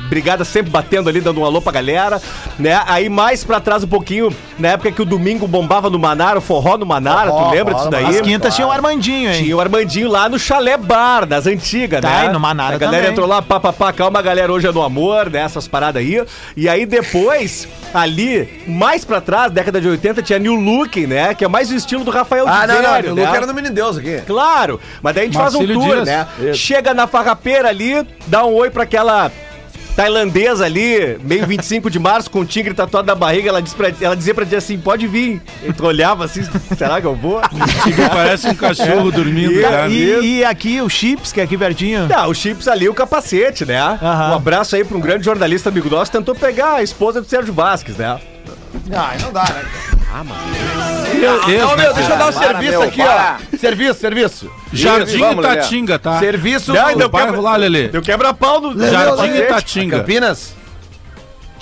Brigada sempre batendo ali, dando um alô pra galera, né? Aí mais pra trás um pouquinho, na época que o domingo bombava no Manara, o forró no Manara, tu
Forró,
lembra
forró
disso
no
daí?
As quintas tinha o Armandinho, hein?
Tinha o Armandinho lá no Chalé Bar, das antigas,
Tá,
né?
e no Manara
A galera
também.
entrou lá, pá, pá, pá, calma, galera, hoje é no amor, né? Essas paradas aí. E aí depois, ali, mais pra trás, década de 80, tinha New Look, né? Que é mais o estilo do Rafael
Ah, não, não.
Didério,
O
né?
Luca era no Menino Deus aqui.
Claro, mas daí a gente faz um
Marcílio
tour,
Dias.
né? Chega na farrapeira ali, dá um oi pra aquela tailandesa ali, meio 25 de março, com o tigre tatuado na barriga, ela, diz pra, ela dizia pra ti assim, pode vir. Eu tu olhava assim, será que eu vou?
Ele parece um cachorro dormindo.
E-
cara.
E, e aqui o Chips, que é aqui pertinho.
Ah, o Chips ali, o capacete, né?
Aham.
Um abraço aí pra um grande jornalista amigo nosso, tentou pegar a esposa do Sérgio Vasquez, né?
Ah, não dá, né?
Meu Deus,
Não, meu, deixa eu dar um
Para,
serviço
meu,
aqui,
para.
ó. Serviço, serviço.
Jardim
Vamos, Lelê.
Itatinga, tá?
Serviço
Não,
do-
do bairro lá, Lelê.
Eu quebra-pau no.
Jardim Itatinga.
Campinas.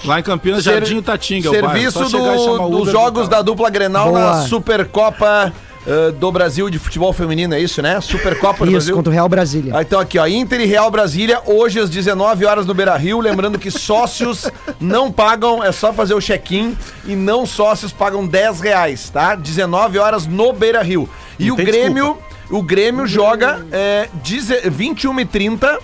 Lá em Campinas,
Ser-
Jardim Itatinga. é o bairro.
Serviço
Só chegar e chamar
do,
o
dos
Uber,
jogos
cara.
da dupla Grenal na
Boa.
Supercopa eh, do Brasil de futebol feminino, é isso, né? Supercopa do
Isso,
Brasil.
contra o Real Brasília.
Ah, então aqui, ó, Inter e Real Brasília, hoje às 19 horas no Beira Rio. Lembrando que sócios não pagam, é só fazer o check-in e não sócios pagam 10 reais, tá? 19 horas no Beira Rio. E o
tem
Grêmio, o Grêmio joga é, 21h30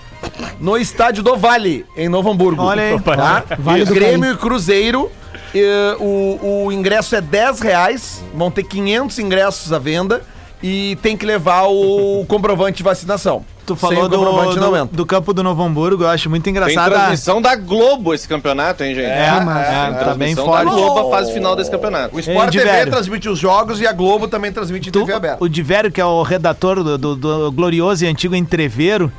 no estádio do Vale, em Novo Hamburgo.
Olha aí.
Tá?
Vale
Isso.
do
Grêmio e Cruzeiro. eh, o, o ingresso é 10 reais, vão ter 500 ingressos à venda e tem que levar o comprovante de vacinação.
Tu
Sem
falou
o
do,
comprovante não
do,
entra.
do campo do Novo Hamburgo, eu acho muito
Tem
engraçado. a-
transmissão da Globo esse campeonato, hein, gente?
É, mas-
tem
tá bem
transmissão
forte.
da Globo a fase final desse campeonato.
O Sport
Ei,
TV
Diverio.
transmite os jogos e a Globo também transmite em
Tu-
TV aberta.
o Diverio, que é o redator do, do- do glorioso e antigo Entreveiro,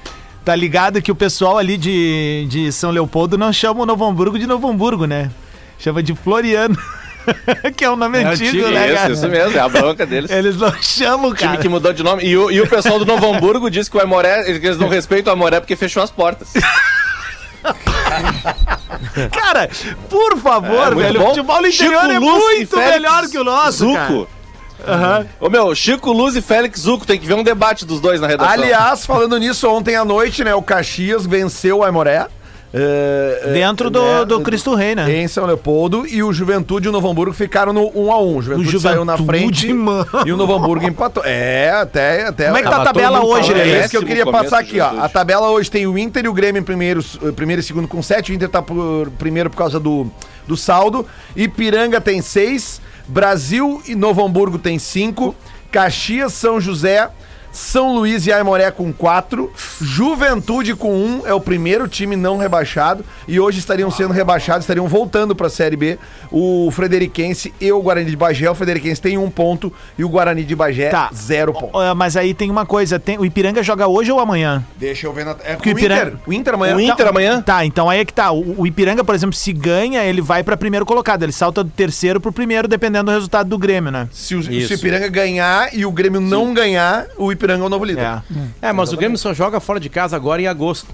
tá ligado que o pessoal ali de, de São Leopoldo não chama o Novo Hamburgo de Novo Hamburgo, né? Chama de Floriano, que é um nome
É
antigo,
antigo,
né,
Isso,
cara?
isso mesmo, é a bronca deles.
Eles não chamam,
O time
cara.
que é. mudou de nome. E o, e o pessoal do Novo Hamburgo disse que o Aimoré, que eles não respeitam o Aimoré porque fechou as portas.
Cara, por favor,
É, muito
velho. O
bom.
futebol do
Chico
interior é
Luz e
muito
Félix
melhor que o nosso, cara.
Zuco.
Aham.
Ô meu, Chico Luz e Félix Zuco, tem que ver um debate dos dois na redação.
Aliás, falando nisso, ontem à noite, né, o Caxias venceu o Aimoré. eh, eh,
Dentro
né,
É,
do, do Cristo Rei, né?
Em São Leopoldo e o Juventude e o Novo Hamburgo ficaram no 1 a 1 O Juventude,
O
saiu na
Juventude,
frente
mano.
e o Novo Hamburgo empatou. É, até até
Como é que tá a
Tava todo
tabela
mundo
hoje,
falando
É
Lelê?
isso que eu
Péssimo
queria
começo
passar
de
aqui, ó.
juventude.
A tabela hoje tem o Inter e o Grêmio em primeiros, eh, primeiro e segundo com 7. O Inter tá por, primeiro por causa do, do saldo. Ipiranga tem 6. Brasil e Novo Hamburgo tem 5. Caxias, São José, São Luís e Aimoré com 4. Juventude com 1. Um, é o primeiro time não rebaixado. E hoje estariam sendo rebaixados, estariam voltando para a Série B. O Frederiquense e o Guarani de Bagé. O Frederiquense tem um ponto e o Guarani de Bagé
Tá.
zero ponto.
Ah, Mas aí tem uma coisa, tem, o Ipiranga joga hoje ou amanhã?
Deixa eu ver na. É
Porque
com
o Ipiranga-
O Inter amanhã.
O É, Inter amanhã?
Tá, então aí é que tá. O, o Ipiranga, por exemplo, se ganha, ele vai pra primeiro colocado. Ele salta do terceiro pro primeiro, dependendo do resultado do Grêmio, né?
Se o, se o Ipiranga ganhar e o Grêmio não ganhar, o Ipiranga é o novo líder.
É.
É, mas o Grêmio só joga fora de casa agora em agosto.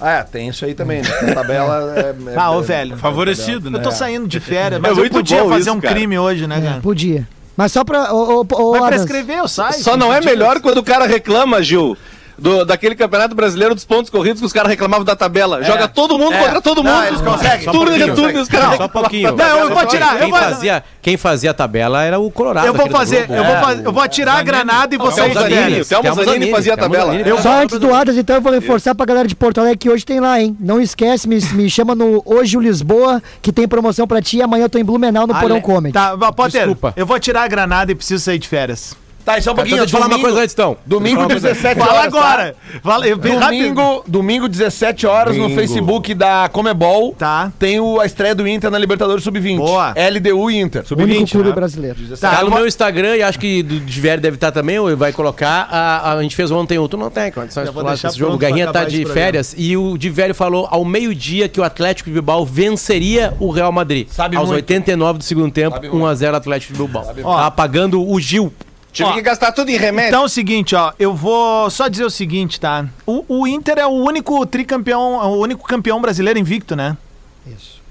Ah, é, tem isso aí também, né? A tabela é. é-
Ah, ô
é-
velho.
Favorecido, né?
Eu tô saindo de férias, mas eu
É muito
podia
bom
fazer
isso,
um
cara.
crime hoje, né,
É,
cara?
podia. Mas só pra. Ô, ô, ô,
Vai
Adams,
prescrever, eu saio.
Só não é melhor quando o cara reclama, Gil. do- daquele campeonato brasileiro dos pontos corridos que os caras reclamavam da tabela. Joga todo mundo contra todo mundo.
Não, eles conseguem.
Turno
Só um
e
pouquinho,
retorno, os caras.
Só um pouquinho.
Não, eu vou tirar, eu
Quem
vou-
fazia, quem fazia a tabela era o Colorado.
Eu vou
aquele da
fazer,
Globo.
eu
É.
vou fazer, eu vou atirar a granada e vou sair de
Zanini,
férias.
o Thelmo
Thelmo
Zanini fazia a
Thelmo
tabela.
Zanini.
Eu-
Só antes do Adas, então eu vou reforçar pra galera de Porto Alegre que hoje tem lá, hein? Não esquece, me, me chama no Hoje o Lisboa, que tem promoção pra ti. Amanhã eu tô em Blumenau no Porão Comedy.
Tá, mas, Potter,
Desculpa.
eu vou tiatirar a granada e preciso sair de férias.
Tá, e só um
Então,
pouquinho.
deixa eu falar uma
domingo-
coisa antes, então.
Domingo,
Deixa eu falar uma coisa.
17 horas.
Fala
tá?
agora. Fala, eu, bem rápido.
Domingo, domingo, 17 horas, no Facebook da Comebol.
Tá.
Tem o, a estreia do Inter na Libertadores Sub-20.
Boa.
LDU e Inter.
o único clube brasileiro.
Tá,
tá
eu
no
vou-
meu Instagram e acho que do Diverio deve estar também, ou vai colocar. A, a gente fez ontem, outro não tem condições
Eu
de
vou
falar
deixar
desse jogo. O
pronto pra
Garrinha tá
acabar esse
de
programa.
férias e o Diverio falou ao meio-dia que o Atlético de Bilbao venceria o Real Madrid.
Sabe
Aos
muito.
89 do segundo tempo, 1x0 Atlético de Bilbao.
muito.
Tá apagando o Gil.
Tive que gastar tudo em remédio.
Então é o seguinte, ó, eu vou só dizer o seguinte, tá? O, o Inter é o único tricampeão, é o único campeão brasileiro invicto, né?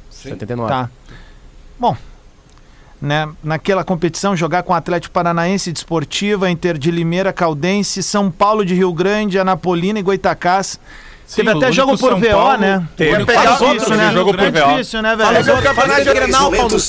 79.
Tá. Bom, né, naquela competição jogar com Atlético Paranaense, Desportiva, Inter de Limeira, Caldense, São Paulo de Rio Grande, Anapolina e Goitacás.
Sim,
Teve
o
até
único
jogo por
São
VO,
Paulo-
né?
Teve.
É
Fala os
difícil,
outros,
né?
jogo por
É
VO.
difícil, né, velho?
Campeonato de
Grenal,
Grenal,
momentos